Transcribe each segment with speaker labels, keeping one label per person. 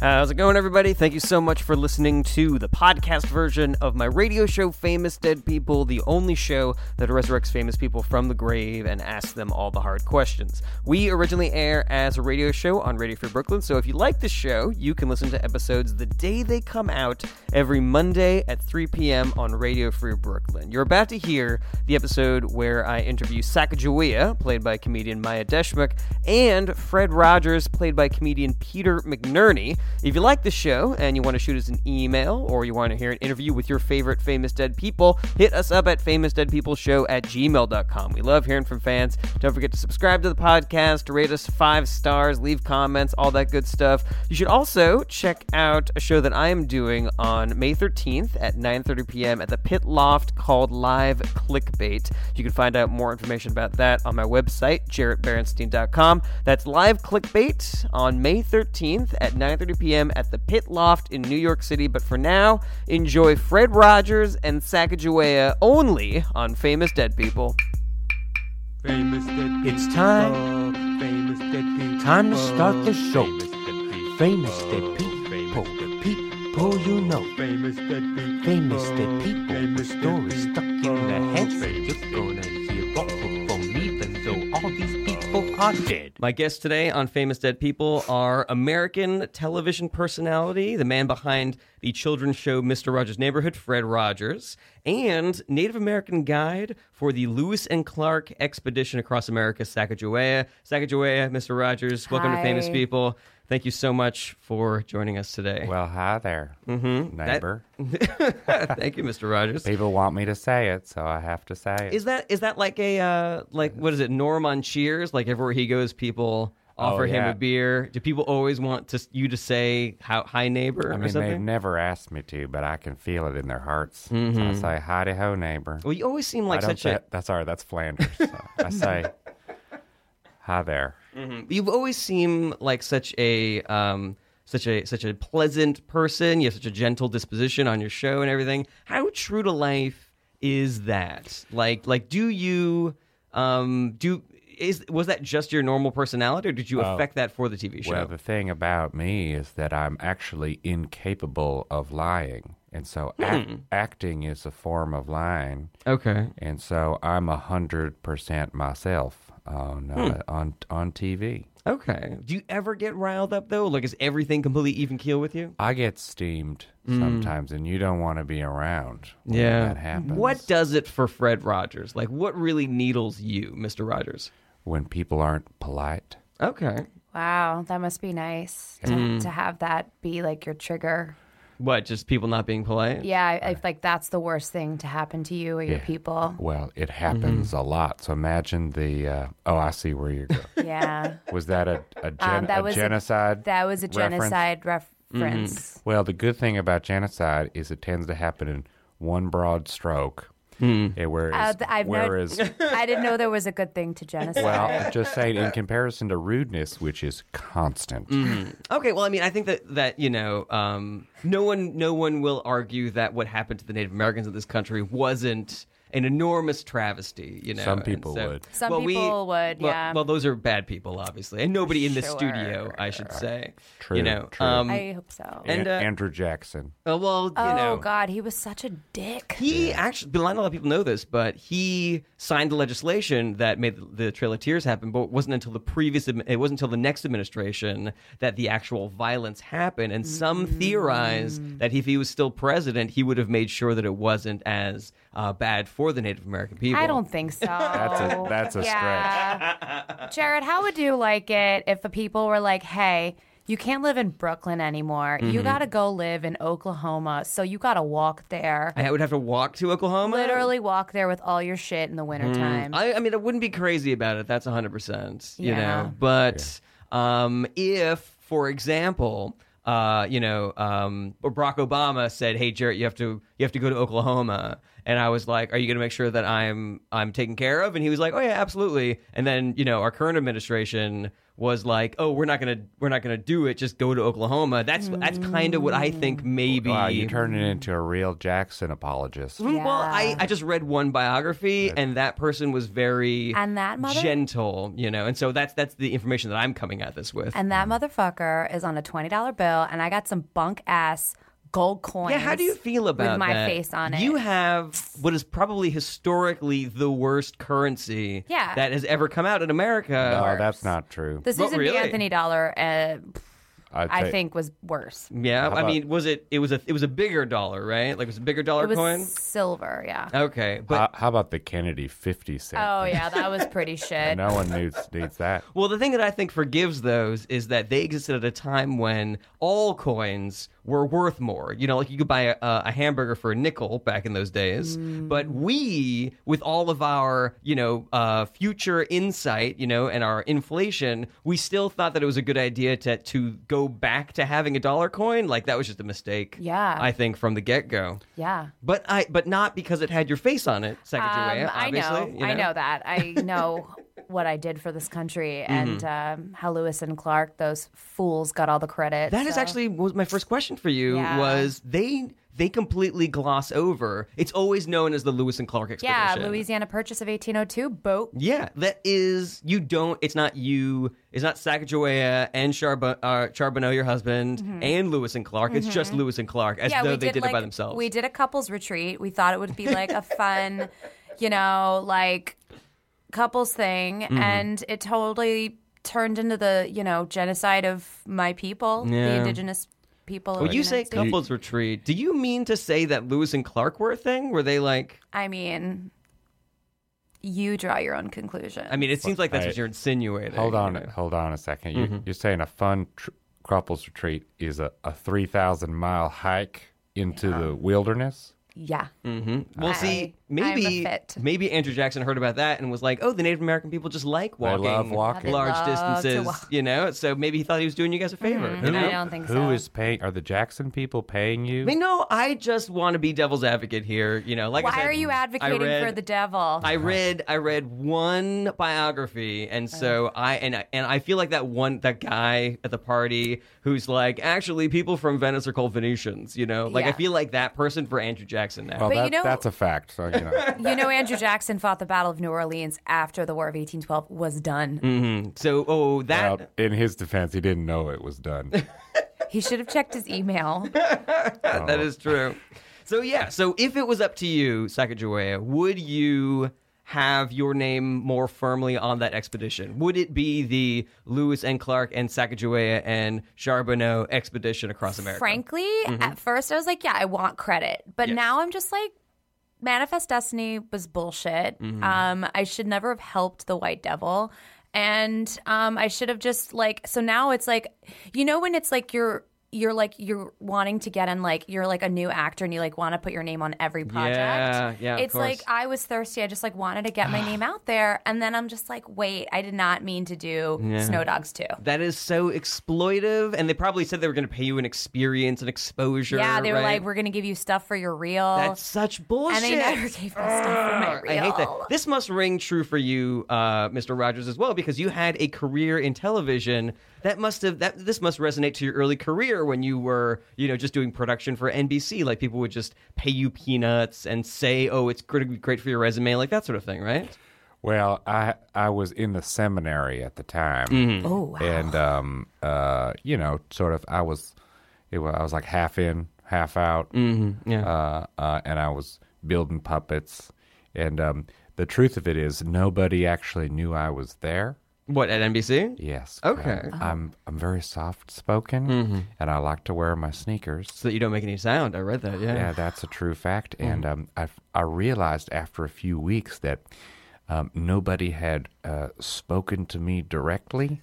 Speaker 1: How's it going, everybody? Thank you so much for listening to the podcast version of my radio show, Famous Dead People, the only show that resurrects famous people from the grave and asks them all the hard questions. We originally air as a radio show on Radio Free Brooklyn, so if you like this show, you can listen to episodes the day they come out every Monday at 3 p.m. on Radio Free Brooklyn. You're about to hear the episode where I interview Sacagawea, played by comedian Maya Deshmukh, and Fred Rogers, played by comedian Peter McNerney. If you like the show and you want to shoot us an email or you want to hear an interview with your favorite famous dead people, hit us up at famousdeadpeopleshow at gmail.com. We love hearing from fans. Don't forget to subscribe to the podcast, rate us five stars, leave comments, all that good stuff. You should also check out a show that I am doing on May 13th at 9.30 p.m. at the Pit Loft called Live Clickbait. You can find out more information about that on my website, jarrettberenstein.com. That's Live Clickbait on May 13th at 9.30 p.m. at the Pit Loft in New York City. But for now, enjoy Fred Rogers and Sacagawea only on Famous Dead People.
Speaker 2: Famous dead
Speaker 3: It's time.
Speaker 2: people, Famous dead people.
Speaker 3: Time to start the show.
Speaker 2: Famous dead people.
Speaker 3: Famous dead people,
Speaker 2: Famous dead people.
Speaker 3: people you know.
Speaker 2: Famous dead people.
Speaker 3: Famous dead people, with
Speaker 2: Famous dead
Speaker 3: stories stuck in their heads.
Speaker 2: people.
Speaker 3: You're gonna hear awful from me, even though all these people are dead.
Speaker 1: My guests today on Famous Dead People are American television personality, the man behind the children's show Mr. Rogers' Neighborhood, Fred Rogers, and Native American guide for the Lewis and Clark expedition across America, Sacagawea. Sacagawea, Mr. Rogers, welcome to
Speaker 4: Hi.
Speaker 1: Famous People. Thank you so much for joining us today.
Speaker 5: Well, hi there, mm-hmm. neighbor.
Speaker 1: Thank you, Mr. Rogers.
Speaker 5: People want me to say it, so I have to say it.
Speaker 1: Is that is that like a uh, like what is it Norm on Cheers? Like everywhere he goes, people offer him
Speaker 5: Oh, yeah.
Speaker 1: a beer. Do people always want to you to say how hi neighbor
Speaker 5: I
Speaker 1: or
Speaker 5: mean,
Speaker 1: something?
Speaker 5: they've never asked me to, but I can feel it in their hearts. So I say, "Howdy ho, neighbor."
Speaker 1: Mm-hmm. well, you always seem
Speaker 5: I
Speaker 1: like
Speaker 5: don't
Speaker 1: such
Speaker 5: say,
Speaker 1: a
Speaker 5: that's sorry, that's Flanders. So I say, "Hi there."
Speaker 1: mm, you've always seem like such a um such a such a pleasant person. You have such a gentle disposition on your show and everything. How true to life is that? Like like do you um do is was that just your normal personality or did you affect that for the TV show?
Speaker 5: Oh. Well, the thing about me is that I'm actually incapable of lying, and so ac-
Speaker 1: Hmm.
Speaker 5: acting is a form of lying.
Speaker 1: okay.
Speaker 5: And so I'm a hundred percent myself on
Speaker 1: Hmm.
Speaker 5: uh, on on TV.
Speaker 1: Okay. Do you ever get riled up though? Like, is everything completely even keel with you?
Speaker 5: I get steamed
Speaker 1: Hmm.
Speaker 5: sometimes, and you don't want to be around. When that happens.
Speaker 1: What does it for Fred Rogers? Like, what really needles you, Mister Rogers?
Speaker 5: when people aren't polite?
Speaker 1: Okay.
Speaker 4: Wow, that must be nice to, to have that be like your trigger.
Speaker 1: What? Just people not being polite?
Speaker 4: Yeah, I, I, like that's the worst thing to happen to you or your
Speaker 5: Yeah.
Speaker 4: people.
Speaker 5: Well,
Speaker 1: Mm-hmm.
Speaker 5: it happens a lot. So imagine the. Uh, oh, I see where you're going.
Speaker 4: Yeah,
Speaker 5: Was that a a, gen-
Speaker 4: Um, that
Speaker 5: a
Speaker 4: was a-
Speaker 5: genocide?
Speaker 4: that was a
Speaker 5: Reference. Mm-hmm.
Speaker 4: genocide reference.
Speaker 5: Well, the good thing about genocide is it tends to happen in one broad stroke.
Speaker 1: Hmm.
Speaker 5: Eh,
Speaker 4: Uh,
Speaker 5: Whereas,
Speaker 4: th- I've no-
Speaker 5: whereas
Speaker 4: I didn't know there was a good thing to genocide.
Speaker 5: well, I'm just saying, in comparison to rudeness, which is constant.
Speaker 1: Okay. Well, I mean, I think that that you know, um, no one, no one will argue that what happened to the Native Americans of this country wasn't an enormous travesty. You know,
Speaker 5: Some
Speaker 1: and
Speaker 5: people would.
Speaker 4: Some
Speaker 1: well, we-
Speaker 4: people would,
Speaker 1: well-
Speaker 4: yeah.
Speaker 1: Well, those are bad people, obviously, and nobody in the studio, I should say. You
Speaker 5: True,
Speaker 1: know,
Speaker 5: true.
Speaker 1: Um,
Speaker 4: I hope so.
Speaker 1: and,
Speaker 5: An-
Speaker 1: uh,
Speaker 5: Andrew Jackson.
Speaker 1: uh, well, you
Speaker 4: oh
Speaker 1: know,
Speaker 4: God, he was such a dick.
Speaker 1: He actually, not a lot of people know this, but he signed the legislation that made the, the Trail of Tears happen. But it wasn't until the previous, admi- it wasn't until the next administration that the actual violence happened. And some
Speaker 4: Mm.
Speaker 1: theorized that if he was still president, he would have made sure that it wasn't as uh, bad for the Native American people.
Speaker 4: I don't think so. That's
Speaker 5: a- that's a
Speaker 4: yeah. stretch. Jared, how would you like it if the people were like, hey, you can't live in Brooklyn anymore.
Speaker 1: Mm-hmm.
Speaker 4: You got to go live in Oklahoma. So you got to walk there.
Speaker 1: I would have to walk to Oklahoma.
Speaker 4: Literally walk there with all your shit in the wintertime.
Speaker 1: Mm-hmm. I, I mean, I wouldn't be crazy about it. That's 100%. You
Speaker 4: Yeah.
Speaker 1: know, but um, if, for example, uh, you know, um, Barack Obama said, "Hey, Jarrett, you have to you have to go to Oklahoma," and I was like, "Are you going to make sure that I'm I'm taken care of?" And he was like, "Oh yeah, absolutely." And then you know, our current administration was like, "Oh, we're not gonna we're not gonna do it. Just go to Oklahoma." That's that's kind of what I think maybe.
Speaker 5: Wow, you're turning into a real Jackson apologist.
Speaker 1: Mm, Well, I,
Speaker 4: Yeah.
Speaker 1: I just read one biography, and that person was very
Speaker 4: And that mother-
Speaker 1: gentle, you know. And so that's that's the information that I'm coming at this with.
Speaker 4: And that motherfucker is on a twenty dollar bill, and I got some bunk ass gold coins.
Speaker 1: yeah, how do you feel about
Speaker 4: with my
Speaker 1: that?
Speaker 4: face on it?
Speaker 1: You have what is probably historically the worst currency
Speaker 4: Yeah.
Speaker 1: that has ever come out in America.
Speaker 5: No, Oh, that's not true.
Speaker 4: the
Speaker 1: Well,
Speaker 4: Susan B.
Speaker 1: really?
Speaker 4: Anthony dollar. Uh,
Speaker 5: I'd
Speaker 4: I
Speaker 5: say-
Speaker 4: think was worse.
Speaker 1: Yeah, I
Speaker 5: about-
Speaker 1: mean, was it? It was a it was a bigger dollar, right? Like it was a bigger dollar
Speaker 4: It was
Speaker 1: coin.
Speaker 4: silver. Yeah.
Speaker 1: Okay, but
Speaker 5: how, how about the Kennedy 50 cent?
Speaker 4: Oh
Speaker 5: thing?
Speaker 4: yeah, that was pretty shit.
Speaker 5: No one needs, needs that.
Speaker 1: Well, the thing that I think forgives those is that they existed at a time when all coins were worth more. You know, like you could buy a, a hamburger for a nickel back in those days.
Speaker 4: Mm.
Speaker 1: But we, with all of our, you know, uh, future insight, you know, and our inflation, we still thought that it was a good idea to to go back to having a dollar coin. Like that was just a mistake.
Speaker 4: Yeah.
Speaker 1: I think from the get go.
Speaker 4: Yeah.
Speaker 1: But I, but not because it had your face on it, Sacagawea.
Speaker 4: Um, I know,
Speaker 1: obviously, you
Speaker 4: I know that. I know what I did for this country
Speaker 1: Mm-hmm.
Speaker 4: and um, how Lewis and Clark, those fools, got all the credit.
Speaker 1: That is
Speaker 4: so-
Speaker 1: actually was my first question for you.
Speaker 4: Yeah.
Speaker 1: Was they they completely gloss over? It's always known as the Lewis and Clark expedition.
Speaker 4: yeah, Louisiana Purchase of 1802 boat.
Speaker 1: Yeah, that is you don't. It's not you. It's not Sacagawea and Charbon, uh, Charbonneau, your husband, and Lewis and Clark. It's just Lewis and Clark, as
Speaker 4: Mm-hmm. yeah,
Speaker 1: though
Speaker 4: we
Speaker 1: they
Speaker 4: did,
Speaker 1: did, it by
Speaker 4: like-
Speaker 1: themselves.
Speaker 4: We did a couples retreat. We thought it would be like a fun, you know, like couples thing,
Speaker 1: Mm-hmm.
Speaker 4: and it totally turned into the you know genocide of my people, the
Speaker 1: Yeah.
Speaker 4: indigenous people. of
Speaker 1: When
Speaker 4: the
Speaker 1: you
Speaker 4: United
Speaker 1: say
Speaker 4: States.
Speaker 1: couples retreat, do you mean to say that Lewis and Clark were a thing? Were they like?
Speaker 4: I mean, you draw your own conclusion.
Speaker 1: I mean, it seems like that's
Speaker 5: Right.
Speaker 1: what you're insinuating.
Speaker 5: Hold on,
Speaker 1: you know?
Speaker 5: hold on a second.
Speaker 4: Mm-hmm.
Speaker 5: You, You're saying a fun tr- couples retreat is a, a 3,000 mile hike into the wilderness?
Speaker 4: yeah.
Speaker 1: Mm-hmm. Well, see,
Speaker 4: I'm a
Speaker 1: maybe
Speaker 4: fit.
Speaker 1: maybe Andrew Jackson heard about that and was like, "Oh, the Native American people just like walking,
Speaker 5: love walking.
Speaker 1: large
Speaker 4: They love to
Speaker 1: distances."
Speaker 4: walk. Mm-hmm.
Speaker 1: You know, so maybe he thought he was doing you guys a favor. You
Speaker 4: And I
Speaker 1: know?
Speaker 4: don't think so.
Speaker 5: Who is paying? Are the Jackson people paying you?
Speaker 1: I mean, no, I just want to be devil's advocate here. You know, like I
Speaker 4: Why
Speaker 1: said,
Speaker 4: are you
Speaker 1: I
Speaker 4: advocating
Speaker 1: read-
Speaker 4: for the devil?
Speaker 1: I read I read one biography, and
Speaker 4: Oh.
Speaker 1: so I and I, and I feel like that one that guy at the party who's like, actually, people from Venice are called Venetians. You know, like I
Speaker 4: Yeah.
Speaker 1: feel like that person for Andrew Jackson now.
Speaker 5: well,
Speaker 4: But you
Speaker 5: that,
Speaker 4: know-
Speaker 5: that's a fact. So, you know.
Speaker 4: you know, Andrew Jackson fought the Battle of New Orleans after the War of 1812 was done.
Speaker 1: so, oh, that
Speaker 5: Well, in his defense, he didn't know it was done.
Speaker 4: He should have checked his email.
Speaker 1: that is true. So yeah, so if it was up to you, Sacagawea, would you have your name more firmly on that expedition? Would it be the Lewis and Clark and Sacagawea and Charbonneau expedition across America? Mm-hmm.
Speaker 4: Frankly, at first I was like, yeah, I want credit. But
Speaker 1: Yes.
Speaker 4: now I'm just like, Manifest Destiny was bullshit.
Speaker 1: Mm-hmm.
Speaker 4: Um, I should never have helped the White Devil. And um, I should have just like, so now it's like, you know, when it's like you're, you're like you're wanting to get in like you're like a new actor and you like want to put your name on every project.
Speaker 1: Yeah, yeah, of
Speaker 4: It's like
Speaker 1: course.
Speaker 4: I was thirsty. I just like wanted to get my name out there, and then I'm just like, wait, I did not mean to do Snow Dogs too.
Speaker 1: That is so exploitive, and they probably said they were going to pay you an experience and exposure.
Speaker 4: Yeah, they were
Speaker 1: right?
Speaker 4: like, we're gonna give you stuff for your reel.
Speaker 1: That's such bullshit.
Speaker 4: and they never gave me stuff for my
Speaker 1: Oh, I
Speaker 4: reel.
Speaker 1: hate that. This must ring true for you, uh, Mr. Rogers, as well, because you had a career in television. That must have that. This must resonate to your early career when you were, you know, just doing production for NBC. Like people would just pay you peanuts and say, "Oh, it's going to be great for your resume," like that sort of thing, right?
Speaker 5: well, I I was in the seminary at the time,
Speaker 1: Mm-hmm.
Speaker 4: Oh, wow.
Speaker 5: and um, uh, you know, sort of, I was, it was, I was like half in, half out, mm-hmm.
Speaker 1: yeah.
Speaker 5: uh, uh, and I was building puppets, and um, the truth of it is, nobody actually knew I was there.
Speaker 1: What at NBC?
Speaker 5: Yes.
Speaker 1: Okay. Mm-hmm.
Speaker 5: um, I'm I'm very soft spoken, and I like to wear my sneakers.
Speaker 1: So that you don't make any sound. I read that. Yeah. Hmm.
Speaker 5: Yeah, that's a true fact. And um, I, I realized after a few weeks that um, nobody had uh, spoken to me directly.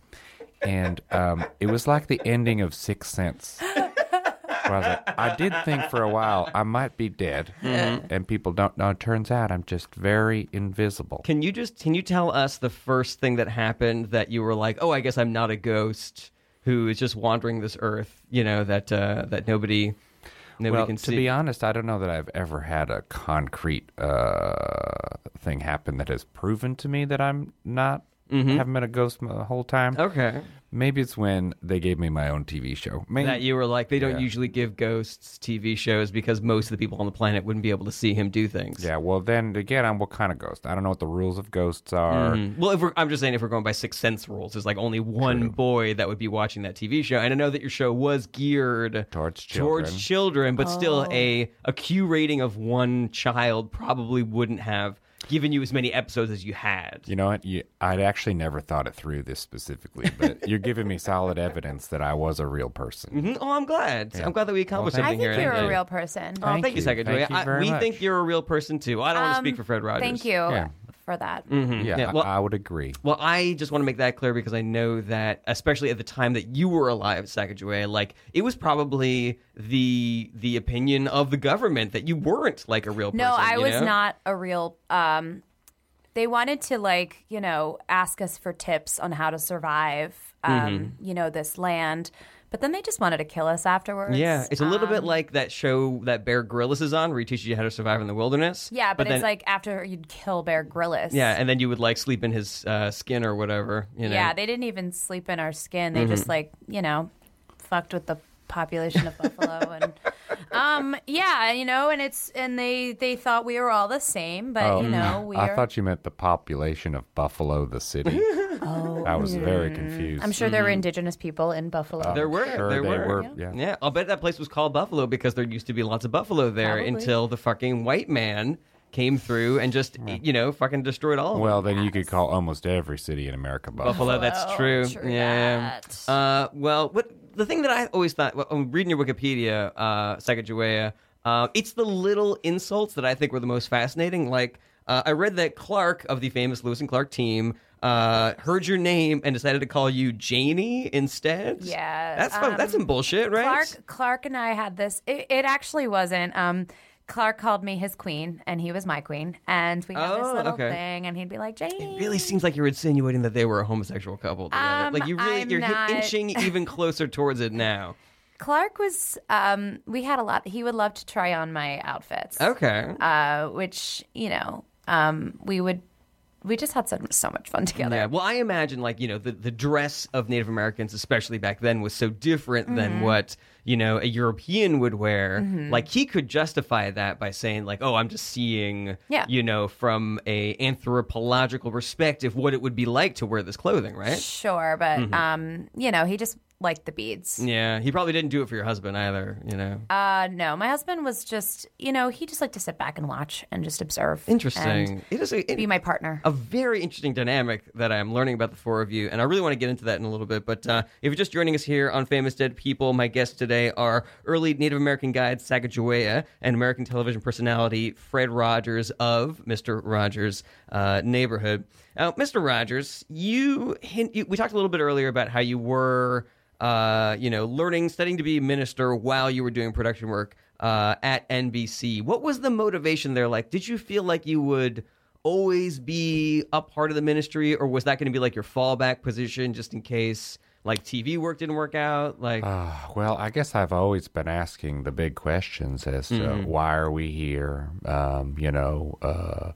Speaker 5: And um, it was like the ending of Sixth Sense. where I, was like, I did think for a while I might be dead, and people don't know. It turns out I'm just very invisible.
Speaker 1: Can you just can you tell us the first thing that happened that you were like, oh, I guess I'm not a ghost who is just wandering this earth, you know that uh, that nobody nobody
Speaker 5: well,
Speaker 1: can
Speaker 5: to
Speaker 1: see.
Speaker 5: be honest, I don't know that I've ever had a concrete uh, thing happen that has proven to me that I'm not Haven't been a ghost my whole time.
Speaker 1: Okay.
Speaker 5: Maybe it's when they gave me my own TV show. Maybe
Speaker 1: That you were like, they don't usually give ghosts TV shows because most of the people on the planet wouldn't be able to see him do things.
Speaker 5: Yeah, well, then again, I'm what kind of ghost? I don't know what the rules of ghosts are.
Speaker 1: Mm. Well, if we're, I'm just saying, if we're going by Sixth Sense rules, there's like only one boy that would be watching that TV show. And I know that your show was geared
Speaker 5: Towards
Speaker 1: towards children, but still
Speaker 4: Oh.
Speaker 1: a a Q rating of one child probably wouldn't have given you as many episodes as you had.
Speaker 5: You know what? You, I'd actually never thought it through this specifically, but you're giving me solid evidence that I was a real person.
Speaker 1: Mhm. Oh, I'm glad. I'm glad that we accomplished
Speaker 5: Well,
Speaker 4: I
Speaker 1: something
Speaker 4: think
Speaker 1: here.
Speaker 4: you're
Speaker 1: today.
Speaker 4: a real person.
Speaker 1: Oh, thank, you,
Speaker 5: you.
Speaker 1: Second
Speaker 5: Thank
Speaker 1: Joy.
Speaker 5: you
Speaker 1: I-
Speaker 5: very
Speaker 1: we
Speaker 5: much.
Speaker 1: think you're a real person too. I don't want to speak for Fred Rogers.
Speaker 4: Um, Thank you
Speaker 5: Yeah.
Speaker 4: for that.
Speaker 1: Mm,
Speaker 5: Mm-hmm. Yeah,
Speaker 1: Yeah, well-
Speaker 5: I, I would agree.
Speaker 1: Well, I just want to make that clear because I know that, especially at the time that you were alive, Sacagawea, like it was probably the the opinion of the government that you weren't like a real person.
Speaker 4: No, I
Speaker 1: you
Speaker 4: was
Speaker 1: know?
Speaker 4: not a real. Um, they wanted to like you know ask us for tips on how to survive, um,
Speaker 1: Mm-hmm.
Speaker 4: you know, this land, but then they just wanted to kill us afterwards.
Speaker 1: Yeah, it's a little
Speaker 4: Um,
Speaker 1: bit like that show that Bear Grylls is on, where he teaches you how to survive in the wilderness.
Speaker 4: Yeah, but,
Speaker 1: then,
Speaker 4: it's like after you'd kill Bear Grylls.
Speaker 1: yeah, and then you would like sleep in his uh, skin or whatever. You know. Mm-hmm.
Speaker 4: yeah. They didn't even sleep in our skin. They just like you know, fucked with the population of buffalo and um yeah you know and it's and they they thought we were all the same but
Speaker 1: Oh, mm.
Speaker 4: you know we
Speaker 5: I
Speaker 4: are
Speaker 5: thought you meant the population of Buffalo, the city. I was very confused.
Speaker 4: i'm sure there
Speaker 1: Mm.
Speaker 4: were indigenous people in buffalo
Speaker 1: There were,
Speaker 5: Sure
Speaker 1: there
Speaker 5: they
Speaker 1: were,
Speaker 5: were, yeah.
Speaker 1: yeah. I'll bet that place was called Buffalo because there used to be lots of buffalo there
Speaker 4: Probably.
Speaker 1: until the fucking white man came through and just you know fucking destroyed all. of them.
Speaker 5: Well, then you could call almost every city in America Buffalo.
Speaker 1: Buffalo. That's true.
Speaker 4: true
Speaker 1: yeah.
Speaker 4: that.
Speaker 1: Uh, well, what the thing that I always thought well, I'm reading your Wikipedia, uh, Sacagawea, uh, it's the little insults that I think were the most fascinating. Like uh, I read that Clark of the famous Lewis and Clark team. Uh, heard your name and decided to call you Janie instead.
Speaker 4: Yeah,
Speaker 1: that's fun. that's some bullshit, right?
Speaker 4: um, Clark Clark and I had this. It, it actually wasn't. Um, Clark called me his queen, and he was my queen, and we had
Speaker 1: Oh,
Speaker 4: this little
Speaker 1: okay.
Speaker 4: thing, and he'd be like, "Janie."
Speaker 1: It really seems like you're insinuating that they were a homosexual couple together.
Speaker 4: Um,
Speaker 1: like you really,
Speaker 4: I'm
Speaker 1: you're hit-
Speaker 4: not.
Speaker 1: inching even closer towards it now.
Speaker 4: Clark was. Um, we had a lot. He would love to try on my outfits.
Speaker 1: Okay.
Speaker 4: Uh, which you know, um, we would. We just had so, so much fun together.
Speaker 1: Yeah. Well, I imagine like you know the the dress of Native Americans, especially back then, was so different
Speaker 4: Mm-hmm.
Speaker 1: than what you know a European would wear. Like he could justify that by saying like, "Oh, I'm just seeing,
Speaker 4: Yeah.
Speaker 1: you know, from a anthropological perspective, what it would be like to wear this clothing, right?"
Speaker 4: Sure, but um, you know, he just liked the beads.
Speaker 1: Mm-hmm. Yeah, he probably didn't do it for your husband either, you know.
Speaker 4: Uh, no, my husband was just, you know, he just liked to sit back and watch and just observe. and
Speaker 1: Interesting. Oh, It is a, it-
Speaker 4: Be my partner.
Speaker 1: a very interesting dynamic that I'm learning about the four of you, and I really want to get into that in a little bit. But uh, if you're just joining us here on Famous Dead People, my guests today are early Native American guide Sacagawea and American television personality Fred Rogers of Mr. Rogers' uh, Neighborhood. Now, Mr. Rogers, you, hint, you we talked a little bit earlier about how you were, uh, you know, learning, studying to be a minister while you were doing production work. Uh, at NBC. What was the motivation there like? Did you feel like you would always be a part of the ministry or was that going to be like your fallback position just in case like tv work didn't work out like
Speaker 5: Ah, well, I guess I've always been asking the big questions as to
Speaker 1: Mm-hmm.
Speaker 5: why are we here? Um, you know, uh,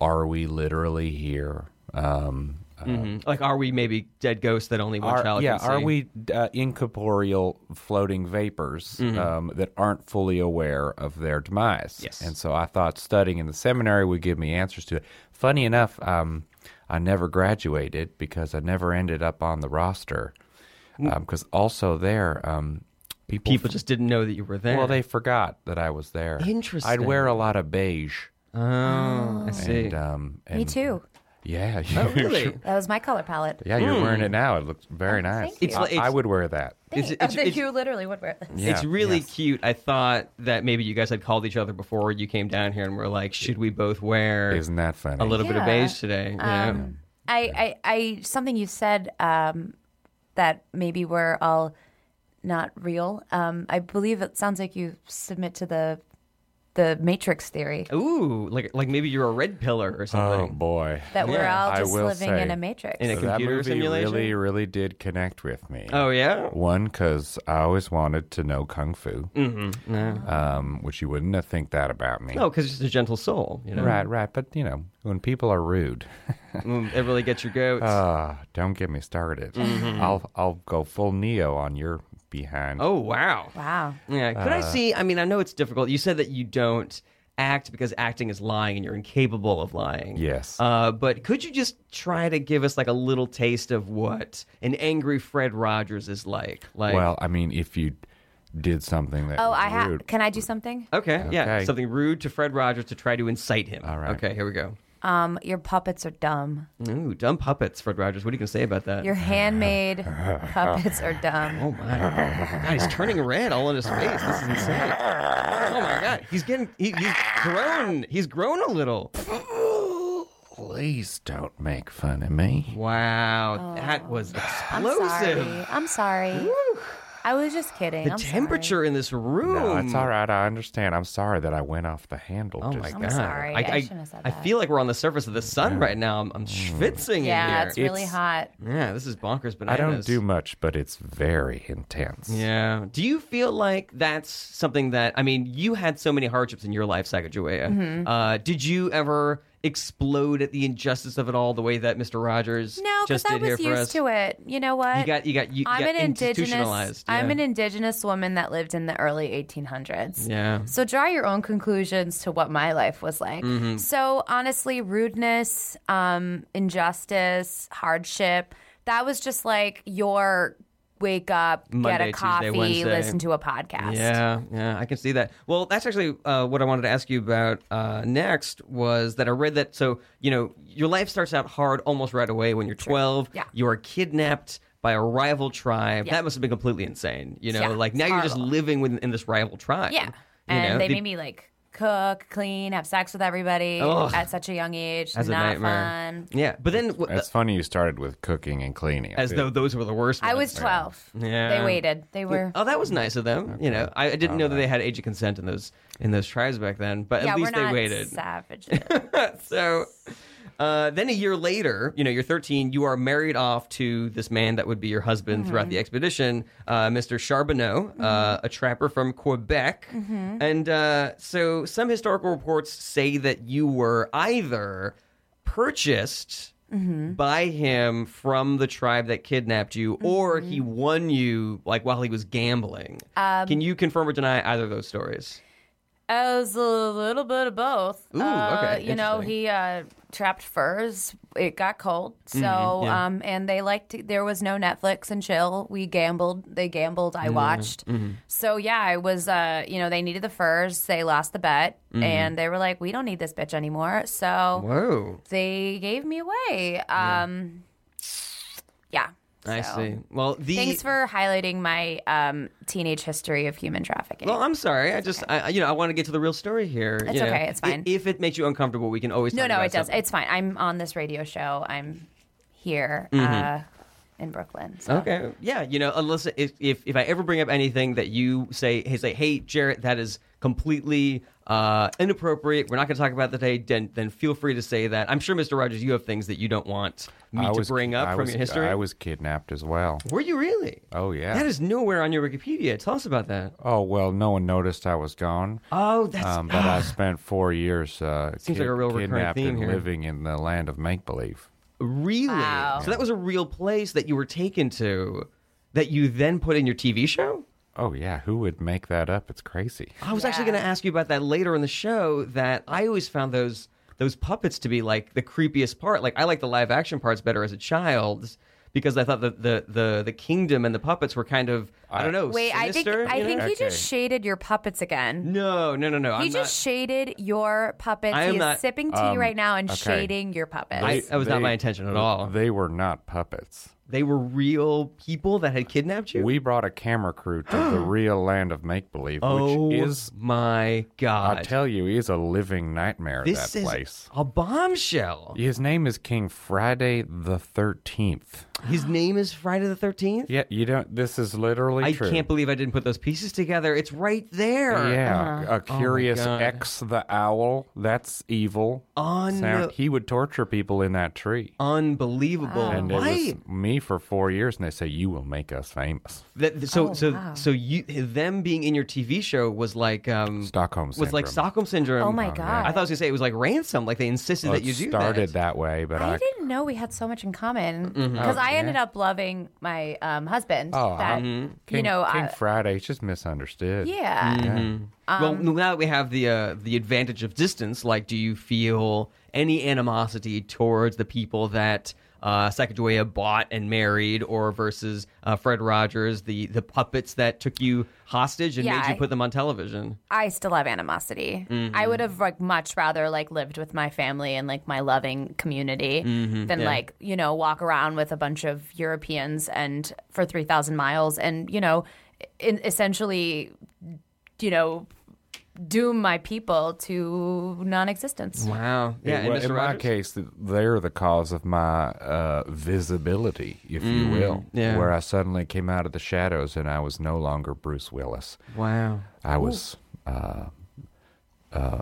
Speaker 5: are we literally here? Um,
Speaker 1: mhm. like are we maybe dead ghosts that only one
Speaker 5: are,
Speaker 1: child
Speaker 5: yeah,
Speaker 1: can
Speaker 5: are
Speaker 1: see?
Speaker 5: we uh, incorporeal floating vapors
Speaker 1: Mm-hmm.
Speaker 5: um, that aren't fully aware of their demise?
Speaker 1: Yes.
Speaker 5: And so I thought studying in the seminary would give me answers to it. Funny enough, um, I never graduated because I never ended up on the roster. Because also there, um, people
Speaker 1: people just didn't know that you were there
Speaker 5: well, they forgot that I was there. I'd wear a lot of beige.
Speaker 1: oh i see
Speaker 5: And, um, and
Speaker 4: Me too.
Speaker 5: Yeah. You,
Speaker 1: really
Speaker 4: That was my color palette.
Speaker 5: Yeah, you're wearing it now. It looks very nice.
Speaker 4: thank you.
Speaker 1: It's
Speaker 5: I,
Speaker 1: like- it's-
Speaker 5: I would wear that.
Speaker 1: It's-
Speaker 4: Hey,
Speaker 1: it's-
Speaker 4: oh, then
Speaker 1: it's-
Speaker 4: you literally would wear this.
Speaker 5: Yeah,
Speaker 1: it's really
Speaker 5: yes.
Speaker 1: cute i thought that maybe you guys had called each other before you came down here and were like should we both wear
Speaker 5: Isn't that funny?
Speaker 1: a little bit of
Speaker 4: Yeah.
Speaker 1: beige today you know?
Speaker 4: Um, I, I, I, something you said um, that maybe we're all not real. Um, I believe it sounds like you submit to the the Matrix theory
Speaker 1: Ooh, like like maybe you're a red pillar or
Speaker 5: Oh
Speaker 1: something.
Speaker 5: boy.
Speaker 4: that we're
Speaker 1: Yeah.
Speaker 4: all
Speaker 5: I
Speaker 4: just
Speaker 5: will
Speaker 4: living
Speaker 5: say-
Speaker 4: in a Matrix.
Speaker 1: In a-
Speaker 5: So
Speaker 1: computer
Speaker 5: that movie
Speaker 1: simulation?
Speaker 5: really, really did connect with me.
Speaker 1: Oh, yeah.
Speaker 5: One, because I always wanted to know kung fu,
Speaker 1: Mm-hmm. No,
Speaker 4: Oh.
Speaker 5: um, which you wouldn't have think that about me.
Speaker 1: because it's just a gentle soul. You know,
Speaker 5: Right, right. But, you know, when people are rude,
Speaker 1: Mm, it really gets your goat.
Speaker 5: ah, don't get me started. I'll, I'll go full Neo on your behind.
Speaker 1: oh wow.
Speaker 4: wow.
Speaker 1: Yeah. Could
Speaker 5: Uh,
Speaker 1: I see? I mean, I know it's difficult. You said that you don't act because acting is lying, and you're incapable of lying.
Speaker 5: Yes.
Speaker 1: Uh, but could you just try to give us like a little taste of what an angry Fred Rogers is like? Like,
Speaker 5: well, I mean, if you did something that
Speaker 4: Oh,
Speaker 5: was
Speaker 4: I ha-
Speaker 5: rude.
Speaker 4: can I do something?
Speaker 1: okay, yeah,
Speaker 5: Okay.
Speaker 1: something rude to Fred Rogers to try to incite him. All
Speaker 5: right.
Speaker 1: Okay, here we go.
Speaker 4: Um, your puppets are dumb.
Speaker 1: Ooh, dumb puppets, Fred Rogers. What are you gonna say about that?
Speaker 4: Your handmade puppets are dumb.
Speaker 1: Oh my god, he's turning red all in his face. This is insane. Oh my god, he's getting he, he's grown. He's grown a little.
Speaker 5: Please don't make fun of me.
Speaker 1: Wow, that was
Speaker 4: Oh. I'm
Speaker 1: explosive.
Speaker 4: sorry. I'm sorry. I was just kidding.
Speaker 1: The
Speaker 4: I'm sorry.
Speaker 1: temperature in this room.
Speaker 5: No, it's all right. I understand. I'm sorry that I went off the handle.
Speaker 1: Oh
Speaker 5: just
Speaker 1: my
Speaker 5: then.
Speaker 1: god!
Speaker 4: sorry. I
Speaker 1: I,
Speaker 4: shouldn't have said
Speaker 1: I
Speaker 4: that.
Speaker 1: feel like we're on the surface of the sun right now. I'm,
Speaker 5: Mm.
Speaker 1: I'm schwitzing
Speaker 4: Yeah,
Speaker 1: in
Speaker 4: it's
Speaker 1: here.
Speaker 4: really
Speaker 5: It's-
Speaker 4: hot.
Speaker 1: yeah, this is bonkers. But
Speaker 5: I don't do much, but it's very intense.
Speaker 1: Yeah. Do you feel like that's something that I mean, you had so many hardships in your life, Sacagawea.
Speaker 4: Mm-hmm.
Speaker 1: Uh, did you ever explode at the injustice of it all the way that Mr. Rogers
Speaker 4: No, because
Speaker 1: just
Speaker 4: I
Speaker 1: did here
Speaker 4: was
Speaker 1: for us?
Speaker 4: used to it. You know what?
Speaker 1: You got you got you
Speaker 4: I'm
Speaker 1: got
Speaker 4: an indigenous.
Speaker 1: institutionalized. Yeah.
Speaker 4: I'm an indigenous woman that lived in the early 1800s.
Speaker 1: Yeah.
Speaker 4: So draw your own conclusions to what my life was like.
Speaker 1: Mm-hmm.
Speaker 4: So honestly, rudeness, um, injustice, hardship. That was just like your wake up, get
Speaker 1: Monday, Tuesday,
Speaker 4: a coffee,
Speaker 1: Wednesday.
Speaker 4: listen to a podcast.
Speaker 1: Yeah, yeah, I can see that. Well, that's actually uh, what I wanted to ask you about uh, next was that I read that. So, you know, your life starts out hard almost right away when you're 12.
Speaker 4: Yeah.
Speaker 1: You are kidnapped by a rival tribe.
Speaker 4: Yeah.
Speaker 1: That must have been completely insane. You know,
Speaker 4: Yeah,
Speaker 1: like
Speaker 4: it's
Speaker 1: now you're just
Speaker 4: horrible.
Speaker 1: living within in this rival tribe.
Speaker 4: Yeah.
Speaker 1: You
Speaker 4: And
Speaker 1: know,
Speaker 4: they
Speaker 1: the-
Speaker 4: made me like cook, clean, have sex with everybody
Speaker 1: Ugh.
Speaker 4: at such a young age.
Speaker 1: That's a
Speaker 4: Not
Speaker 1: nightmare.
Speaker 4: fun.
Speaker 1: Yeah. But then, wh-
Speaker 5: It's funny you started with cooking and cleaning.
Speaker 1: as though those were the worst
Speaker 4: I
Speaker 1: ones.
Speaker 4: was 12.
Speaker 1: Yeah.
Speaker 4: They waited. They were.
Speaker 1: Oh, that was nice of them. You know, I, I didn't know that they had age of consent in those in those tribes back then, but
Speaker 4: yeah,
Speaker 1: at least
Speaker 4: we're not
Speaker 1: they waited.
Speaker 4: savages.
Speaker 1: so uh, then a year later, you know, you're 13, you are married off to this man that would be your husband throughout
Speaker 4: Mm-hmm.
Speaker 1: the expedition, uh, Mr. Charbonneau, uh, a trapper from Quebec.
Speaker 4: Mm-hmm.
Speaker 1: And uh, so some historical reports say that you were either purchased.
Speaker 4: Mm-hmm.
Speaker 1: By him from the tribe that kidnapped you, or he
Speaker 4: Mm-hmm.
Speaker 1: won you like while he was gambling.
Speaker 4: Um,
Speaker 1: Can you confirm or deny either of those stories?
Speaker 4: Uh, It was a little bit of both.
Speaker 1: Ooh,
Speaker 4: Uh,
Speaker 1: okay,
Speaker 4: you know,
Speaker 1: interesting.
Speaker 4: he uh, trapped furs. It got cold, so
Speaker 1: Mm-hmm, yeah.
Speaker 4: um, and they liked. To, there was no Netflix and chill. We gambled. They gambled.
Speaker 1: Mm-hmm,
Speaker 4: I watched. So yeah, I was. Uh, you know, they needed the furs. They lost the bet,
Speaker 1: Mm-hmm.
Speaker 4: and they were like, "We don't need this bitch anymore." So
Speaker 1: Whoa.
Speaker 4: they gave me away. Um, yeah.
Speaker 1: I
Speaker 4: So,
Speaker 1: see. Well, the
Speaker 4: Thanks for highlighting my um, teenage history of human trafficking.
Speaker 1: Well, I'm sorry. I just, I, I- you know, I want to get to the real story here.
Speaker 4: It's
Speaker 1: you know.
Speaker 4: okay. It's
Speaker 1: I-
Speaker 4: fine.
Speaker 1: If it makes you uncomfortable, we can always.
Speaker 4: No,
Speaker 1: talk
Speaker 4: no,
Speaker 1: about
Speaker 4: it does.
Speaker 1: something.
Speaker 4: It's fine. I'm on this radio show. I'm here uh,
Speaker 1: Mm-hmm.
Speaker 4: in Brooklyn. So.
Speaker 1: Okay. Yeah. You know, unless if, if if I ever bring up anything that you say, hey, say, hey, Jarrett, that is completely uh, inappropriate. We're not going to talk about that today. Then, then feel free to say that. I'm sure, Mr. Rogers, you have things that you don't want me
Speaker 5: I
Speaker 1: to
Speaker 5: was-
Speaker 1: bring up
Speaker 5: I
Speaker 1: from
Speaker 5: was-
Speaker 1: your history.
Speaker 5: I was kidnapped as well.
Speaker 1: Were you really?
Speaker 5: Oh, yeah.
Speaker 1: That is nowhere on your Wikipedia. Tell us about that.
Speaker 5: Oh, well, no one noticed I was gone.
Speaker 1: Oh, that's
Speaker 5: Um, but I spent four years uh,
Speaker 1: Seems like a real recurring
Speaker 5: kidnapped
Speaker 1: theme
Speaker 5: and
Speaker 1: here.
Speaker 5: living in the land of make believe.
Speaker 1: Really?
Speaker 4: Wow.
Speaker 1: So that was a real place that you were taken to that you then put in your TV show?
Speaker 5: Oh, yeah. Who would make that up? It's crazy.
Speaker 1: I was actually
Speaker 4: Yeah.
Speaker 1: going to ask you about that later in the show that I always found those those puppets to be like the creepiest part. Like I like the live action parts better as a child because I thought that the the the kingdom and the puppets were kind of I don't know.
Speaker 4: Wait, I think
Speaker 1: Oh, sinister,
Speaker 4: I
Speaker 1: you know?
Speaker 4: think he just
Speaker 5: Okay.
Speaker 4: shaded your puppets again.
Speaker 1: No, no, no, no.
Speaker 4: he
Speaker 1: I'm
Speaker 4: just shaded your puppets.
Speaker 1: I am
Speaker 4: He is
Speaker 1: not- um,
Speaker 4: sipping tea right now and shading your puppets.
Speaker 1: not, I, that was not
Speaker 5: They-
Speaker 1: my intention at all.
Speaker 5: They were not puppets.
Speaker 1: They were real people that had kidnapped you.
Speaker 5: We brought a camera crew to the real land of make believe,
Speaker 1: oh
Speaker 5: which is,
Speaker 1: my
Speaker 5: I
Speaker 1: god!
Speaker 5: tell you, is a living nightmare.
Speaker 1: this
Speaker 5: that
Speaker 1: is
Speaker 5: place.
Speaker 1: a bombshell.
Speaker 5: His name is King Friday the Thirteenth.
Speaker 1: His name is Friday the Thirteenth.
Speaker 5: Yeah, you don't. This is literally
Speaker 1: I
Speaker 5: true.
Speaker 1: can't believe I didn't put those pieces together. It's right there.
Speaker 5: Yeah, a curious
Speaker 1: Oh God.
Speaker 5: X the owl. That's evil.
Speaker 1: Unre-
Speaker 5: Sound- He would torture people in that tree.
Speaker 1: Unbelievable.
Speaker 5: And
Speaker 1: Why?
Speaker 5: it was me for four years, and they say you will make us famous.
Speaker 1: That, so
Speaker 4: Oh,
Speaker 1: so
Speaker 4: wow.
Speaker 1: so you them being in your TV show was like um
Speaker 5: Stockholm
Speaker 1: was like
Speaker 5: syndrome.
Speaker 1: Stockholm syndrome.
Speaker 4: Oh my god!
Speaker 1: I thought I was gonna say it was like ransom. Like they insisted
Speaker 5: Well,
Speaker 1: that you
Speaker 5: it
Speaker 1: do
Speaker 5: started
Speaker 1: that.
Speaker 5: way, but I,
Speaker 4: I didn't know we had so much in common because
Speaker 1: Mm-hmm. Oh,
Speaker 4: I ended up loving my um, husband.
Speaker 5: Oh,
Speaker 4: that,
Speaker 5: I-
Speaker 1: mm-hmm.
Speaker 4: you
Speaker 5: King,
Speaker 4: know,
Speaker 5: King
Speaker 4: I,
Speaker 5: Friday, it's just misunderstood.
Speaker 4: yeah.
Speaker 1: Mm-hmm. well, now that we have the uh, the advantage of distance, like, do you feel any animosity towards the people that uh, Sacagawea bought and married, or versus uh, Fred Rogers, the the puppets that took you hostage and
Speaker 4: Yeah,
Speaker 1: made you
Speaker 4: I-
Speaker 1: put them on television?
Speaker 4: I still have animosity. I would have like much rather like lived with my family and like my loving community
Speaker 1: Mm-hmm.
Speaker 4: than like you know walk around with a bunch of Europeans and for three thousand miles and you know in, essentially you know doom my people to non-existence.
Speaker 1: Wow. Yeah.
Speaker 5: Well,
Speaker 1: and Mr.
Speaker 5: in my
Speaker 1: Rogers?
Speaker 5: case, th- they're the cause of my uh, visibility, if you will,
Speaker 1: Mm-hmm. yeah.
Speaker 5: where I suddenly came out of the shadows and I was no longer Bruce Willis.
Speaker 1: Wow.
Speaker 5: I was uh, uh,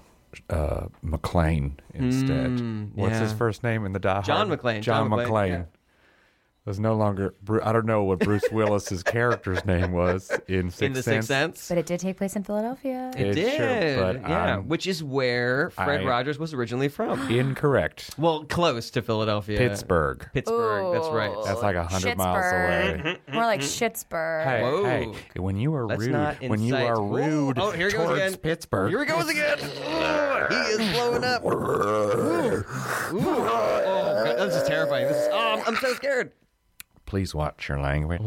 Speaker 5: uh, McLean instead. What's his
Speaker 1: Mm, yeah.
Speaker 5: first name in the Die
Speaker 1: John
Speaker 5: Hard?
Speaker 1: McClane, John
Speaker 5: John, McLean.
Speaker 1: McClane, yeah.
Speaker 5: Was no longer. Bru- I don't know what Bruce Willis's character's name was in Sixth
Speaker 1: in the Sixth Sense.
Speaker 4: But it did take place in Philadelphia.
Speaker 1: It,
Speaker 5: It
Speaker 1: did.
Speaker 5: sure- but
Speaker 1: yeah,
Speaker 5: I'm-
Speaker 1: which is where Fred
Speaker 5: I-
Speaker 1: Rogers was originally from.
Speaker 5: Incorrect.
Speaker 1: well, close to Philadelphia.
Speaker 5: Pittsburgh.
Speaker 1: Pittsburgh, that's right.
Speaker 5: That's like a hundred miles
Speaker 4: Schittsburg.
Speaker 5: away.
Speaker 4: More like Schittsburg.
Speaker 5: Hey,
Speaker 1: Whoa.
Speaker 5: hey, when you are
Speaker 1: Let's
Speaker 5: rude,
Speaker 1: not
Speaker 5: when you
Speaker 1: incite-
Speaker 5: are
Speaker 1: Whoa.
Speaker 5: rude
Speaker 1: Oh, here it goes
Speaker 5: towards
Speaker 1: again.
Speaker 5: Pittsburgh,
Speaker 1: Here he goes again. Ugh, he is blowing up. Ooh. Ooh. Oh, God, this is terrifying. This is, oh, I'm, I'm so scared.
Speaker 5: please watch your language.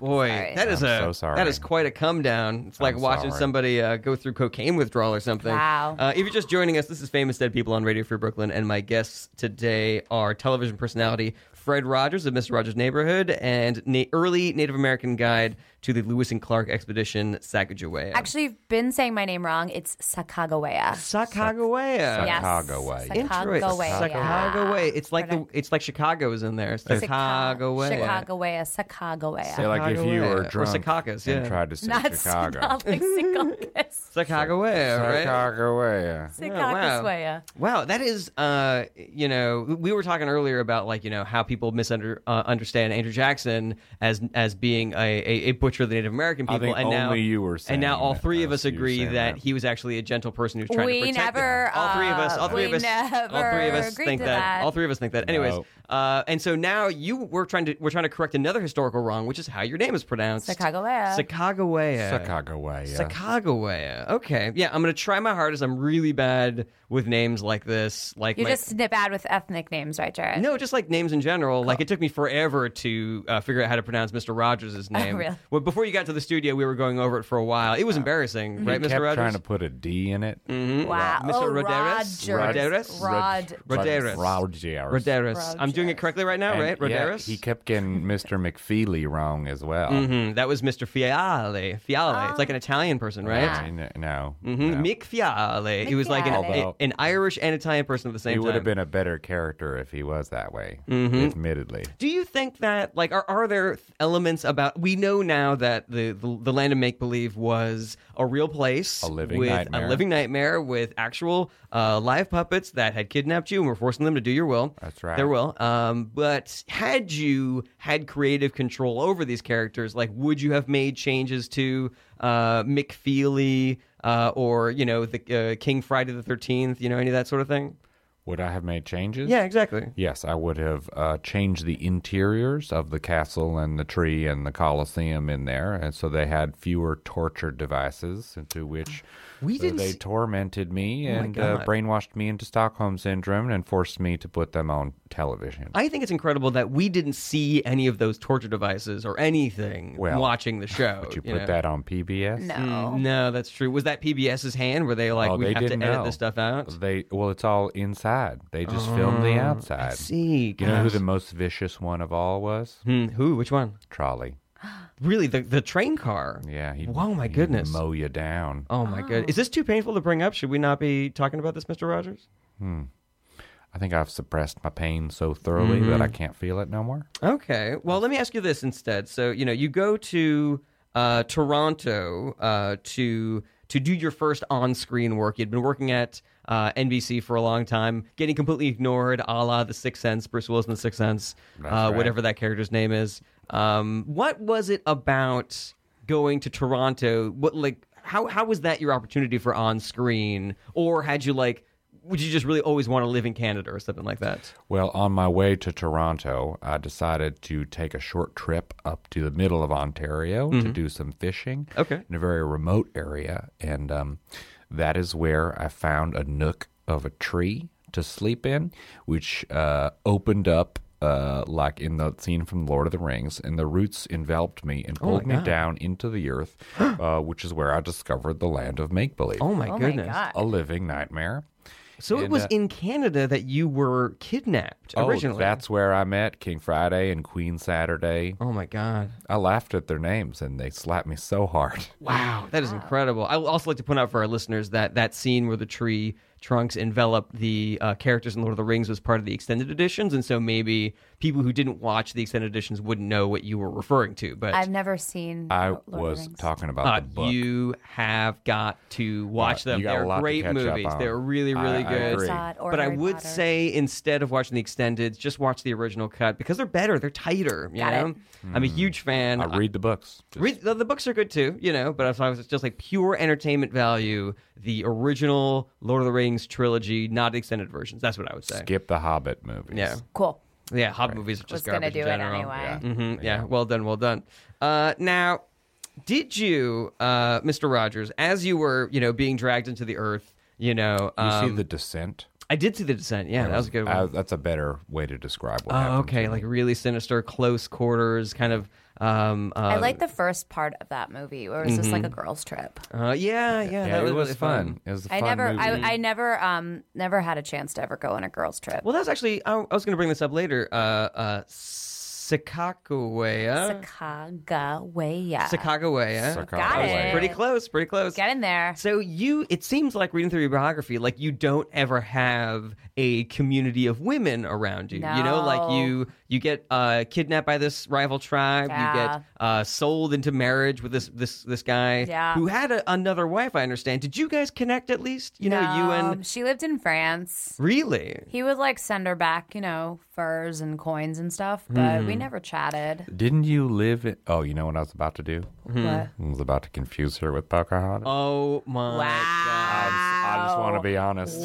Speaker 1: Boy,
Speaker 4: Sorry.
Speaker 1: that is
Speaker 5: I'm
Speaker 1: a
Speaker 5: so sorry.
Speaker 1: that is quite a come down. It's like
Speaker 5: I'm
Speaker 1: watching
Speaker 5: sorry.
Speaker 1: somebody uh, go through cocaine withdrawal or something.
Speaker 4: Wow.
Speaker 1: Uh, if you're just joining us, this is Famous Dead People on Radio Free Brooklyn, and my guests today are television personality Fred Rogers of Mr. Rogers' Neighborhood and na- early Native American guide to the Lewis and Clark expedition, Sacagawea.
Speaker 4: Actually, I've been saying my name wrong. It's Sacagawea.
Speaker 1: Sacagawea.
Speaker 4: Yes.
Speaker 5: Sacagawea.
Speaker 1: Interesting.
Speaker 4: Sacagawea.
Speaker 1: Sacagawea. It's like the it's like Chicago's in there. Sacagawea.
Speaker 4: Sacagawea. Sacagawea.
Speaker 5: Yeah, like if you
Speaker 1: Sacagawea.
Speaker 5: were
Speaker 1: Or
Speaker 5: drunk
Speaker 1: Secaucus,
Speaker 5: and
Speaker 1: yeah.
Speaker 5: tried to say
Speaker 4: not,
Speaker 5: Chicago.
Speaker 4: not like Secaucus.
Speaker 1: Sacagawea, right?
Speaker 5: Sacagawea.
Speaker 1: wow.
Speaker 4: Secaucuswea.
Speaker 1: Wow, that is, uh, you know, we were talking earlier about like you know how people misunder uh, understand Andrew Jackson as as being a, a, a butcher of the Native American
Speaker 5: I
Speaker 1: people,
Speaker 5: think
Speaker 1: and now
Speaker 5: only you were
Speaker 1: and now
Speaker 5: saying
Speaker 1: all
Speaker 5: that.
Speaker 1: three of
Speaker 5: That
Speaker 1: us
Speaker 5: was you
Speaker 1: agree that,
Speaker 5: saying that.
Speaker 1: he was actually a gentle person who was trying to
Speaker 4: We
Speaker 1: protect them.
Speaker 4: never,
Speaker 1: all three of us, all
Speaker 4: uh,
Speaker 1: three of
Speaker 4: we
Speaker 1: us, all three of
Speaker 4: never
Speaker 1: us
Speaker 4: agreed
Speaker 1: think
Speaker 4: to
Speaker 1: that,
Speaker 4: that.
Speaker 1: all three of us think that. Anyways,
Speaker 5: No.
Speaker 1: uh, and so now you we're trying to we're trying to correct another historical wrong, which is how your name is pronounced,
Speaker 4: Sacagawea.
Speaker 1: Sacagawea.
Speaker 5: Sacagawea.
Speaker 1: Sacagawea. Okay. Yeah, I'm going to try my hardest. I'm really bad with names like this. Like
Speaker 4: You're
Speaker 1: my-
Speaker 4: just bad with ethnic names, right, Jared?
Speaker 1: No, just like names in general. Like it took me forever to uh, figure out how to pronounce Mr. Rogers' name.
Speaker 4: Oh, really?
Speaker 1: Well, before you got to the studio, we were going over it for a while. It was embarrassing, right,
Speaker 5: Kept
Speaker 1: Mr. Rogers? Mm-hmm.
Speaker 5: trying to put a D in it.
Speaker 4: Mm-hmm. Wow.
Speaker 1: Mr.
Speaker 4: Oh,
Speaker 1: Roderis?
Speaker 4: Rogers.
Speaker 1: Roderis?
Speaker 4: Rod.
Speaker 1: Rod- Roderis.
Speaker 5: Roderis.
Speaker 1: Roderis. I'm doing it correctly right now,
Speaker 5: And,
Speaker 1: right?
Speaker 5: yeah,
Speaker 1: Roderis?
Speaker 5: he kept getting Mr. McFeely wrong as well.
Speaker 1: Mhm, That was Mr. Fiale. Fiale. it's like an Italian person, right?
Speaker 5: I mean, No.
Speaker 1: Mhm,
Speaker 5: no.
Speaker 1: Mick Fiale. He was like an,
Speaker 5: Although-
Speaker 1: an Irish and Italian person at the same
Speaker 5: He
Speaker 1: time. Mm-hmm.
Speaker 5: would have been a better character if he was that way, admittedly.
Speaker 1: Do you think that like are are there th- elements about we know now that the the, the land of make believe was a real place
Speaker 5: A living
Speaker 1: with a
Speaker 5: nightmare.
Speaker 1: living nightmare with actual uh, live puppets that had kidnapped you and were forcing them to do your will.
Speaker 5: That's right.
Speaker 1: Their will. Um, but had you had creative control over these characters, like would you have made changes to uh, Mick Feely uh, or you know the uh, King Friday the Thirteenth, you know any of that sort of thing?
Speaker 5: Would I have made changes?
Speaker 1: Yeah, exactly.
Speaker 5: Yes, I would have uh, changed the interiors of the castle and the tree and the Colosseum in there, and so they had fewer torture devices into which
Speaker 1: We
Speaker 5: uh,
Speaker 1: didn't
Speaker 5: they
Speaker 1: s- Oh
Speaker 5: tormented me and uh,
Speaker 1: God.
Speaker 5: brainwashed me into Stockholm syndrome and forced me to put them on television.
Speaker 1: I think it's incredible that we didn't see any of those torture devices or anything
Speaker 5: Well,
Speaker 1: watching the show.
Speaker 5: Would you put
Speaker 1: know?
Speaker 5: that on PBS?
Speaker 4: No.
Speaker 1: Mm, no, that's true. Was that PBS's hand? Were they like,
Speaker 5: Oh,
Speaker 1: we
Speaker 5: they
Speaker 1: have to
Speaker 5: didn't
Speaker 1: edit
Speaker 5: know.
Speaker 1: this stuff out?
Speaker 5: They well, it's all inside. They just filmed the outside.
Speaker 1: Oh, see,
Speaker 5: You know who
Speaker 1: gosh.
Speaker 5: the most vicious one of all was?
Speaker 1: Hmm, who? Which one?
Speaker 5: Trolley.
Speaker 1: Really, the the train car.
Speaker 5: Yeah. He,
Speaker 1: Wow, my
Speaker 5: he'd
Speaker 1: goodness.
Speaker 5: Mow you down.
Speaker 1: Oh my good. Is this too painful to bring up? Should we not be talking about this, Mr. Rogers?
Speaker 5: I think I've suppressed my pain so thoroughly that I can't feel it no more.
Speaker 1: Okay. Well, let me ask you this instead. So, you know, you go to uh, Toronto uh, to to do your first on-screen work. You'd been working at uh, NBC for a long time, getting completely ignored, a la The Sixth Sense, Bruce Willis in The Sixth Sense, uh,
Speaker 5: right.
Speaker 1: whatever that character's name is. Um, what was it about going to Toronto? What like how how was that your opportunity for on-screen, or had you like? Would you just really always want to live in Canada or something like that?
Speaker 5: Well, on my way to Toronto, I decided to take a short trip up to the middle of Ontario to do some fishing.
Speaker 1: Okay.
Speaker 5: In a very remote area. And um, that is where I found a nook of a tree to sleep in, which uh, opened up. Uh, like in the scene from Lord of the Rings, and the roots enveloped me and pulled me down into the earth, uh, which is where I discovered the land of make believe.
Speaker 1: Oh my
Speaker 4: Oh
Speaker 1: goodness!
Speaker 4: my god.
Speaker 5: a living nightmare.
Speaker 1: So it
Speaker 5: And,
Speaker 1: was
Speaker 5: uh,
Speaker 1: in Canada that you were kidnapped originally.
Speaker 5: Oh, that's where I met King Friday and Queen Saturday.
Speaker 1: Oh my god!
Speaker 5: I laughed at their names and they slapped me so hard.
Speaker 1: Wow,
Speaker 5: Oh,
Speaker 1: that is incredible. I would also like to point out for our listeners that that scene where the tree trunks envelop the uh, characters in Lord of the Rings was part of the extended editions, and so maybe people who didn't watch the extended editions wouldn't know what you were referring to. But
Speaker 4: I've never seen.
Speaker 5: I
Speaker 4: Lord of the
Speaker 5: was
Speaker 4: Rings.
Speaker 5: talking about
Speaker 1: uh,
Speaker 5: the book.
Speaker 1: you have got to watch
Speaker 5: Uh,
Speaker 1: them.
Speaker 5: you got a
Speaker 1: They're
Speaker 5: lot to
Speaker 1: great
Speaker 5: catch up
Speaker 1: movies.
Speaker 5: on.
Speaker 1: They're really, really
Speaker 5: I- I
Speaker 1: good.
Speaker 5: agree.
Speaker 4: Zod or
Speaker 1: but I
Speaker 4: Harry
Speaker 1: would
Speaker 4: Potter.
Speaker 1: say instead of watching the extended, just watch the original cut because they're better. They're tighter. You
Speaker 4: Got
Speaker 1: know?
Speaker 4: it.
Speaker 1: I'm a huge fan.
Speaker 5: Hmm. I read the books. Just-
Speaker 1: Read, the, the books are good too, you know, but I thought it was just like pure entertainment value. The original Lord of the Rings trilogy, not extended versions. That's what I would say.
Speaker 5: Skip the Hobbit movies.
Speaker 1: Yeah,
Speaker 4: Cool.
Speaker 1: yeah. Hobbit movies are just
Speaker 4: was gonna
Speaker 1: garbage
Speaker 4: do
Speaker 1: in
Speaker 4: it
Speaker 1: general.
Speaker 4: anyway.
Speaker 5: Yeah.
Speaker 1: Mhm, yeah. Well done. Well done. Uh, now, did you, uh, Mr. Rogers, as you were, you know, being dragged into the earth, you know,
Speaker 5: You
Speaker 1: um,
Speaker 5: see the descent?
Speaker 1: I did see the descent. Yeah, that was a good one.
Speaker 5: I- that's a better way to describe what
Speaker 1: oh,
Speaker 5: happened. to
Speaker 1: okay,
Speaker 5: me.
Speaker 1: like really sinister, close quarters, kind of. Um, uh,
Speaker 4: I like the first part of that movie where it was just like a girls' trip.
Speaker 1: uh, yeah, yeah,
Speaker 5: yeah,
Speaker 1: that
Speaker 5: it was
Speaker 1: really
Speaker 5: fun. It was a
Speaker 4: I
Speaker 5: fun
Speaker 4: never,
Speaker 5: movie.
Speaker 4: I, I never, um, never had a chance to ever go on a girls' trip.
Speaker 1: Well, that's actually I, I was going to bring this up later. Uh, uh,
Speaker 5: uh,
Speaker 1: Sakakawea,
Speaker 4: Sacagawea.
Speaker 1: Sakakawea,
Speaker 5: Suck on
Speaker 4: Got
Speaker 5: the
Speaker 4: it.
Speaker 5: way.
Speaker 1: pretty close, pretty close.
Speaker 4: Get in there.
Speaker 1: So you, it seems like reading through your biography, like you don't ever have a community of women around you. You know, like
Speaker 4: No.
Speaker 1: you you get uh, kidnapped by this rival tribe, you
Speaker 4: Yeah.
Speaker 1: get uh, sold into marriage with this this this guy
Speaker 4: Yeah.
Speaker 1: who had a, another wife. I understand. Did you guys connect at least? You know, you
Speaker 4: Um,
Speaker 1: and
Speaker 4: she lived in France.
Speaker 1: really.
Speaker 4: He would like send her back, you know, furs and coins and stuff, but we
Speaker 5: Hmm.
Speaker 4: never chatted.
Speaker 5: Didn't you live in. Oh, you know what I was about to do?
Speaker 4: But
Speaker 5: I was about to confuse her with Pocahontas.
Speaker 1: Oh my
Speaker 5: I
Speaker 4: Wow.
Speaker 5: just, I just want to be honest.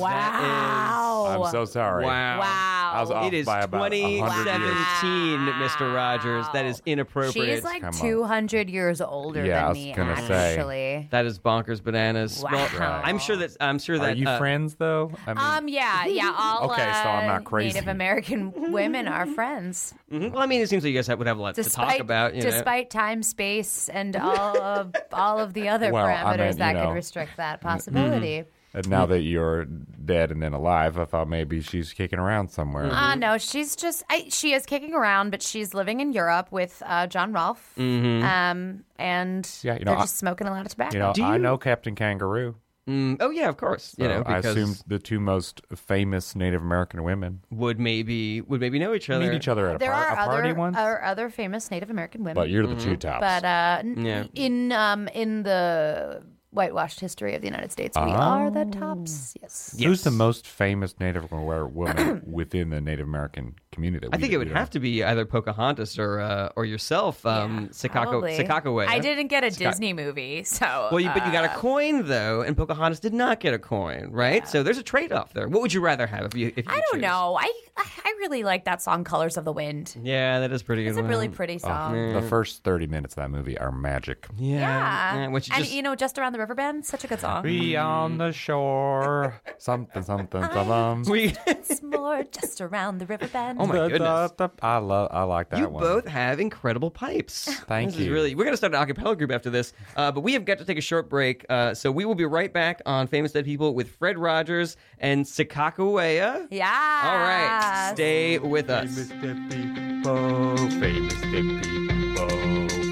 Speaker 4: wow,
Speaker 5: I'm so sorry.
Speaker 1: god! Wow.
Speaker 4: wow.
Speaker 5: I was off
Speaker 1: It is
Speaker 5: by about 100
Speaker 1: 2017,
Speaker 5: years.
Speaker 1: Mr. Rogers. That is inappropriate.
Speaker 4: She's like
Speaker 5: Come on.
Speaker 4: 200 years older
Speaker 5: Yeah, I
Speaker 4: than
Speaker 5: was
Speaker 4: me,
Speaker 5: gonna
Speaker 4: actually.
Speaker 5: say.
Speaker 1: that is bonkers bananas. Well,
Speaker 4: Wow.
Speaker 1: I'm sure that I'm sure
Speaker 5: Are
Speaker 1: that
Speaker 5: you
Speaker 1: uh,
Speaker 5: friends, though? I mean,
Speaker 4: Um, yeah, yeah. All
Speaker 5: Okay, so I'm
Speaker 4: uh,
Speaker 5: not crazy.
Speaker 4: Native American women are friends,
Speaker 1: mhm. Well, I mean, it seems like you guys have, would have a lot
Speaker 4: despite
Speaker 1: to talk about. You know.
Speaker 4: despite time, space, and all of all of the other
Speaker 5: Well, I
Speaker 4: parameters
Speaker 5: meant, you
Speaker 4: that
Speaker 5: know, Mm-hmm.
Speaker 4: could restrict that possibility.
Speaker 5: And now that you're dead and then alive, I thought maybe she's kicking around somewhere.
Speaker 1: Mm-hmm.
Speaker 4: Uh, no, she's just I, she is kicking around, but she's living in Europe with uh, John Rolfe, um, and
Speaker 5: Mm-hmm. Yeah, you know,
Speaker 4: they're
Speaker 5: I-
Speaker 4: just smoking a lot of tobacco.
Speaker 5: you know,
Speaker 1: Do
Speaker 5: I
Speaker 1: you-
Speaker 5: know Captain Kangaroo.
Speaker 1: Mm, oh yeah, of course. you
Speaker 5: so
Speaker 1: know,
Speaker 5: I
Speaker 1: because
Speaker 5: assumed the two most famous Native American women
Speaker 1: would maybe would maybe know each other.
Speaker 5: meet each other at a,
Speaker 4: there
Speaker 5: par-
Speaker 4: are
Speaker 5: a party
Speaker 4: other
Speaker 5: once.
Speaker 1: uh,
Speaker 4: are other famous Native American women,
Speaker 5: but you're the two
Speaker 1: Mm-hmm.
Speaker 5: tops.
Speaker 4: But, uh, n-
Speaker 1: Yeah.
Speaker 4: in um, in the whitewashed history of the United States, we are the
Speaker 5: Oh.
Speaker 4: tops. Yes.
Speaker 1: Yes.
Speaker 5: Who's the most famous Native Amer- woman within the Native American community?
Speaker 1: I think it would have to be either Pocahontas or uh, or yourself, um, Sakako
Speaker 4: Probably.
Speaker 1: Sakakawea.
Speaker 4: I didn't get a Disney movie, so
Speaker 1: Well, you, but you got
Speaker 4: uh,
Speaker 1: a coin though, and Pocahontas did not get a coin, right? So there's a trade-off there. What would you rather have if you? If you
Speaker 4: I
Speaker 1: could choose?
Speaker 4: don't know. I I I really like that song, "Colors of the Wind."
Speaker 1: Yeah, that is pretty.
Speaker 4: It's
Speaker 1: good
Speaker 4: a really
Speaker 1: one.
Speaker 4: pretty song.
Speaker 5: The first 30 minutes of that movie are magic.
Speaker 1: uh, Yeah,
Speaker 4: Yeah.
Speaker 1: yeah, which is
Speaker 4: and
Speaker 1: just-
Speaker 4: you know, just around the River Band. Such a good song.
Speaker 5: Be on the shore. Something, something, something.
Speaker 1: We,
Speaker 4: It's more just around the river bend.
Speaker 1: oh my goodness.
Speaker 5: I love. I like that
Speaker 1: You
Speaker 5: one.
Speaker 1: both have incredible pipes.
Speaker 5: Thank
Speaker 1: this Is
Speaker 5: you.
Speaker 1: really, we're going to start an acapella group after this, uh, but we have got to take a short break. Uh, so we will be right back on Famous Dead People with Fred Rogers and Sakakawea.
Speaker 4: Yeah.
Speaker 1: All right, stay with
Speaker 2: Famous
Speaker 1: us.
Speaker 2: dead people. Famous dead people.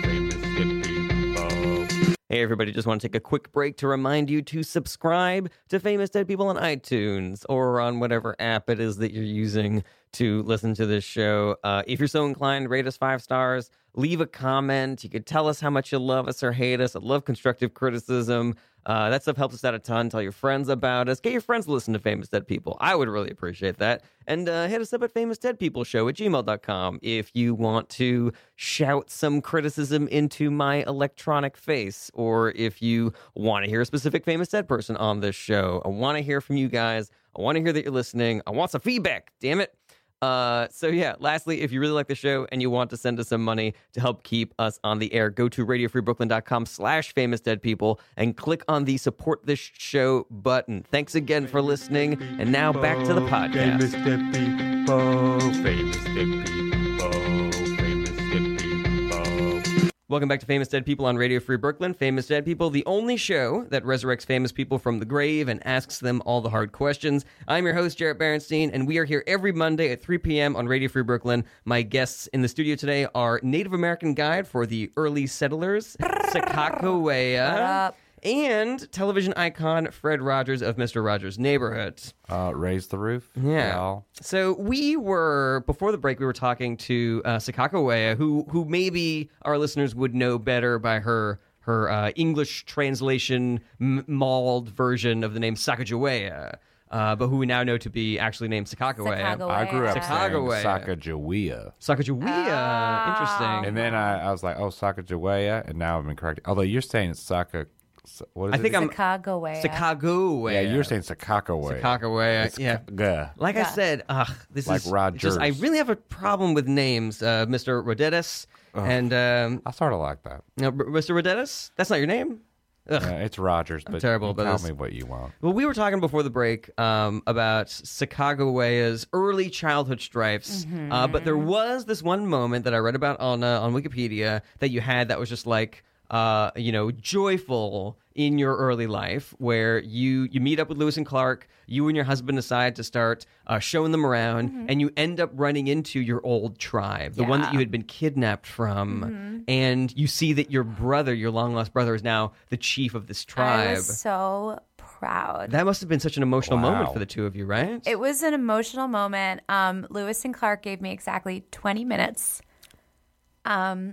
Speaker 2: Famous dead people.
Speaker 1: Hey, everybody, just want to take a quick break to remind you to subscribe to Famous Dead People on iTunes or on whatever app it is that you're using to listen to this show. Uh, if you're so inclined, rate us five stars, leave a comment. You could tell us how much you love us or hate us. I love constructive criticism. Uh, that stuff helps us out a ton. Tell your friends about us. Get your friends to listen to Famous Dead People. I would really appreciate that. And uh, hit us up at famousdeadpeopleshow at gmail.com if you want to shout some criticism into my electronic face or if you want to hear a specific Famous Dead person on this show. I want to hear from you guys. I want to hear that you're listening. I want some feedback, damn it. Uh, so yeah, lastly, if you really like the show and you want to send us some money to help keep us on the air, go to radiofreebrooklyn.com slash famous dead people and click on the support this show button. Thanks again for listening. And now back to the
Speaker 2: Famous
Speaker 1: podcast.
Speaker 2: dead people. Famous dead people. Famous dead people.
Speaker 1: Welcome back to Famous Dead People on Radio Free Brooklyn. Famous Dead People, the only show that resurrects famous people from the grave and asks them all the hard questions. I'm your host, Jarrett Berenstein, and we are here every Monday at 3 p.m. on Radio Free Brooklyn. My guests in the studio today are Native American guide for the early settlers, Sakakawea, and television icon Fred Rogers of Mr. Rogers' Neighborhood.
Speaker 5: Uh, raise the roof.
Speaker 1: Yeah.
Speaker 5: y'all.
Speaker 1: So we were before the break. We were talking to uh, Sakakawea, who who maybe our listeners would know better by her her uh, English translation m- mauled version of the name Sacagawea, uh, but who we now know to be actually named Sakakawea.
Speaker 4: Sakagawea.
Speaker 5: I grew up saying
Speaker 1: Sacagawea.
Speaker 5: Sacagawea.
Speaker 1: Sacagawea. Interesting.
Speaker 5: And then I, I was like, oh, Sacagawea. And now I'm incorrect. Although you're saying it's Saca. Sa- What is
Speaker 1: I think
Speaker 5: it?
Speaker 1: I'm
Speaker 4: Chicagoea.
Speaker 1: Sakagawea.
Speaker 5: Yeah, you're saying Sacagawea.
Speaker 1: Sakakawea,
Speaker 5: It's
Speaker 1: yeah.
Speaker 5: Ga.
Speaker 1: Like I
Speaker 4: Yeah.
Speaker 1: said, ugh, this
Speaker 5: Like
Speaker 1: is just- I
Speaker 5: Rogers.
Speaker 1: really have a problem with names, uh, Mr. Rodetis and um,
Speaker 5: I sort of like that.
Speaker 1: No, R- Mr. Rodetis? That's not your name? Ugh.
Speaker 5: Uh, it's Rogers, but
Speaker 1: terrible
Speaker 5: you
Speaker 1: about
Speaker 5: tell
Speaker 1: this.
Speaker 5: me what you want.
Speaker 1: Well, we were talking before the break um, about Sacagawea's early childhood stripes, uh, but
Speaker 4: Mm-hmm.
Speaker 1: there was this one moment that I read about on uh, on Wikipedia that you had that was just like uh, you know joyful in your early life, where you you meet up with Lewis and Clark, you and your husband decide to start uh, showing them around,
Speaker 4: Mm-hmm.
Speaker 1: and you end up running into your old tribe, the one that you had been kidnapped from,
Speaker 4: Mm-hmm.
Speaker 1: and you see that your brother, your long lost brother, is now the chief of this tribe.
Speaker 4: I was so proud.
Speaker 1: That must have been such an emotional
Speaker 5: Wow.
Speaker 1: moment for the two of you, right?
Speaker 4: it was an emotional moment. Um, Lewis and Clark gave me exactly 20 minutes.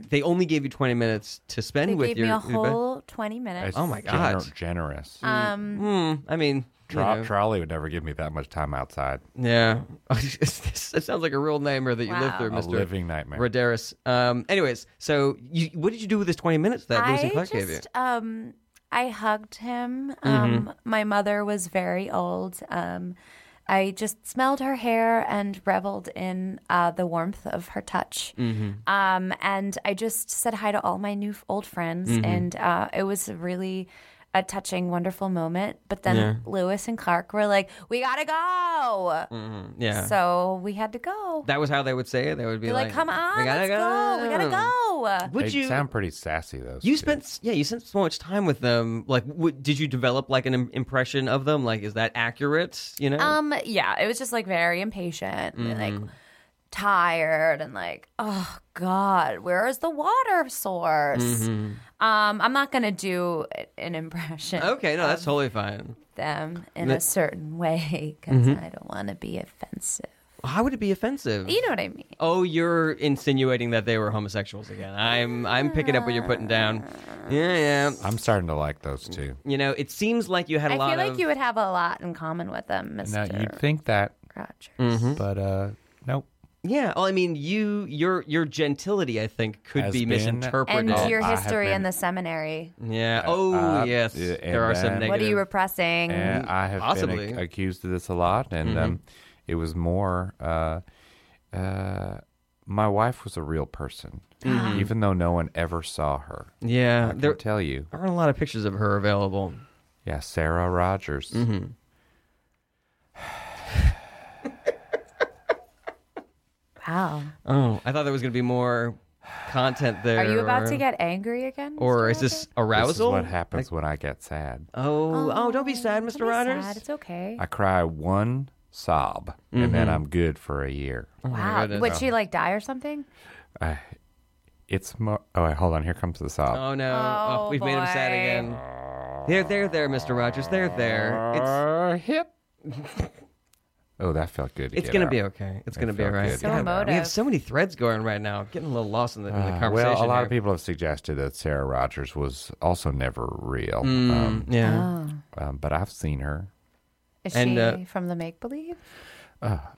Speaker 1: they only gave you 20 minutes to spend
Speaker 4: They
Speaker 1: with
Speaker 4: gave
Speaker 1: your.
Speaker 4: me
Speaker 1: your
Speaker 4: a
Speaker 1: ba-
Speaker 4: whole 20 minutes.
Speaker 5: oh
Speaker 1: my God.
Speaker 5: generous.
Speaker 1: Mm, I mean, you
Speaker 5: Tro-
Speaker 1: know,
Speaker 5: Trolley would never give me that much time outside.
Speaker 1: yeah. that sounds like a real nightmare that you lived
Speaker 4: Wow.
Speaker 1: through,
Speaker 4: A
Speaker 5: A
Speaker 1: Mr.
Speaker 5: living nightmare.
Speaker 1: Roderis. Um, anyways, so you, what did you do with this 20 minutes that Lewis
Speaker 4: I
Speaker 1: and Clark
Speaker 4: just,
Speaker 1: gave you?
Speaker 4: um, I hugged him. Um,
Speaker 1: Mm-hmm.
Speaker 4: My mother was very old. Um, I just smelled her hair and reveled in uh, the warmth of her touch.
Speaker 1: Mm-hmm.
Speaker 4: Um, and I just said hi to all my new f- old friends,
Speaker 1: Mm-hmm.
Speaker 4: and uh, it was really a touching, wonderful moment. But then Lewis and Clark were like, "We gotta go,"
Speaker 1: Mm-hmm, Yeah.
Speaker 4: so we had to go.
Speaker 1: Mm. that was how they would say it. They would be
Speaker 4: They're like, "Come on,
Speaker 1: we gotta
Speaker 4: let's go. We gotta go."
Speaker 1: Would
Speaker 5: they
Speaker 1: you.
Speaker 5: sound pretty sassy, though.
Speaker 1: you spent, s- yeah, you spent so much time with them. Like, what, did you develop like an im- impression of them? Like, is that accurate? You know,
Speaker 4: Um, yeah, it was just like very impatient, and,
Speaker 1: Mm-hmm.
Speaker 4: like tired, and like, oh god, where is the water source?
Speaker 1: Mm-hmm.
Speaker 4: Um, I'm not gonna do an impression
Speaker 1: okay, no,
Speaker 4: um,
Speaker 1: that's totally fine.
Speaker 4: of them in a certain way because
Speaker 1: mm-hmm.
Speaker 4: I don't want to be offensive.
Speaker 1: How would it be offensive?
Speaker 4: You know what I mean?
Speaker 1: Oh, you're insinuating that they were homosexuals again. I'm I'm picking up what you're putting down. Yeah, yeah.
Speaker 5: I'm starting to like those two.
Speaker 1: You know, it seems like you had a
Speaker 4: I
Speaker 1: lot
Speaker 4: feel like
Speaker 1: of
Speaker 4: you would have a lot in common with them,
Speaker 5: Now,
Speaker 4: Mister
Speaker 5: you'd think that,
Speaker 4: Rogers.
Speaker 1: Mm, Mm-hmm.
Speaker 5: but uh, nope.
Speaker 1: Yeah, well, I mean, you your your gentility I think could
Speaker 5: Has
Speaker 1: be
Speaker 5: been-
Speaker 4: And
Speaker 1: misinterpreted.
Speaker 5: Oh,
Speaker 4: your
Speaker 5: I have
Speaker 4: history in
Speaker 5: been-
Speaker 4: the seminary.
Speaker 1: yeah. Oh,
Speaker 5: Uh,
Speaker 1: yes.
Speaker 5: yeah, and
Speaker 1: there are some
Speaker 5: then-
Speaker 1: negative.
Speaker 4: What are you repressing?
Speaker 5: And I have
Speaker 1: Mm, Possibly. Mm-hmm.
Speaker 5: been ac- accused of this a lot, and um, it was more uh, uh, my wife was a real person, even though no one ever saw her.
Speaker 1: Yeah,
Speaker 5: I can
Speaker 1: Mm-hmm. there
Speaker 5: tell you.
Speaker 1: aren't a lot of pictures of her available.
Speaker 5: Yeah, Sarah Rogers.
Speaker 1: Mm-hmm.
Speaker 4: Wow.
Speaker 1: Oh, I thought there was going to be more content there.
Speaker 4: Are you about
Speaker 1: or-
Speaker 4: to get angry again?
Speaker 1: Or
Speaker 4: Mr.
Speaker 1: is this
Speaker 4: Rogers?
Speaker 1: arousal?
Speaker 5: This is what happens when I get sad.
Speaker 1: Oh, oh, don't be sad,
Speaker 4: Don't
Speaker 1: Mr.
Speaker 4: be
Speaker 1: Rogers.
Speaker 4: sad. It's okay.
Speaker 5: I cry one sob, and
Speaker 1: Mm-hmm.
Speaker 5: then I'm good for a year.
Speaker 4: wow.
Speaker 1: Oh goodness.
Speaker 4: Would she like die or something?
Speaker 5: It's more. Oh, wait, hold on. Here comes the sob.
Speaker 1: Oh no,
Speaker 4: Oh,
Speaker 1: Oh, we've made him sad
Speaker 4: boy.
Speaker 1: again. There, there, there, Mr. Rogers. There, there. It's
Speaker 5: Uh, hip. oh, that felt good.
Speaker 1: it's gonna be okay. It's gonna be all
Speaker 5: felt
Speaker 1: right.
Speaker 5: good. So
Speaker 1: God, we have
Speaker 4: emotive.
Speaker 1: so many threads going right now. Getting a little lost in the, in the
Speaker 5: Uh,
Speaker 1: conversation.
Speaker 5: well, a lot of
Speaker 1: here.
Speaker 5: people have suggested that Sarah Rogers was also never real,
Speaker 1: Hmm.
Speaker 5: um,
Speaker 1: Yeah.
Speaker 4: Oh.
Speaker 5: um, but I've seen her.
Speaker 4: Is
Speaker 1: And,
Speaker 4: she
Speaker 1: uh,
Speaker 4: from the make believe?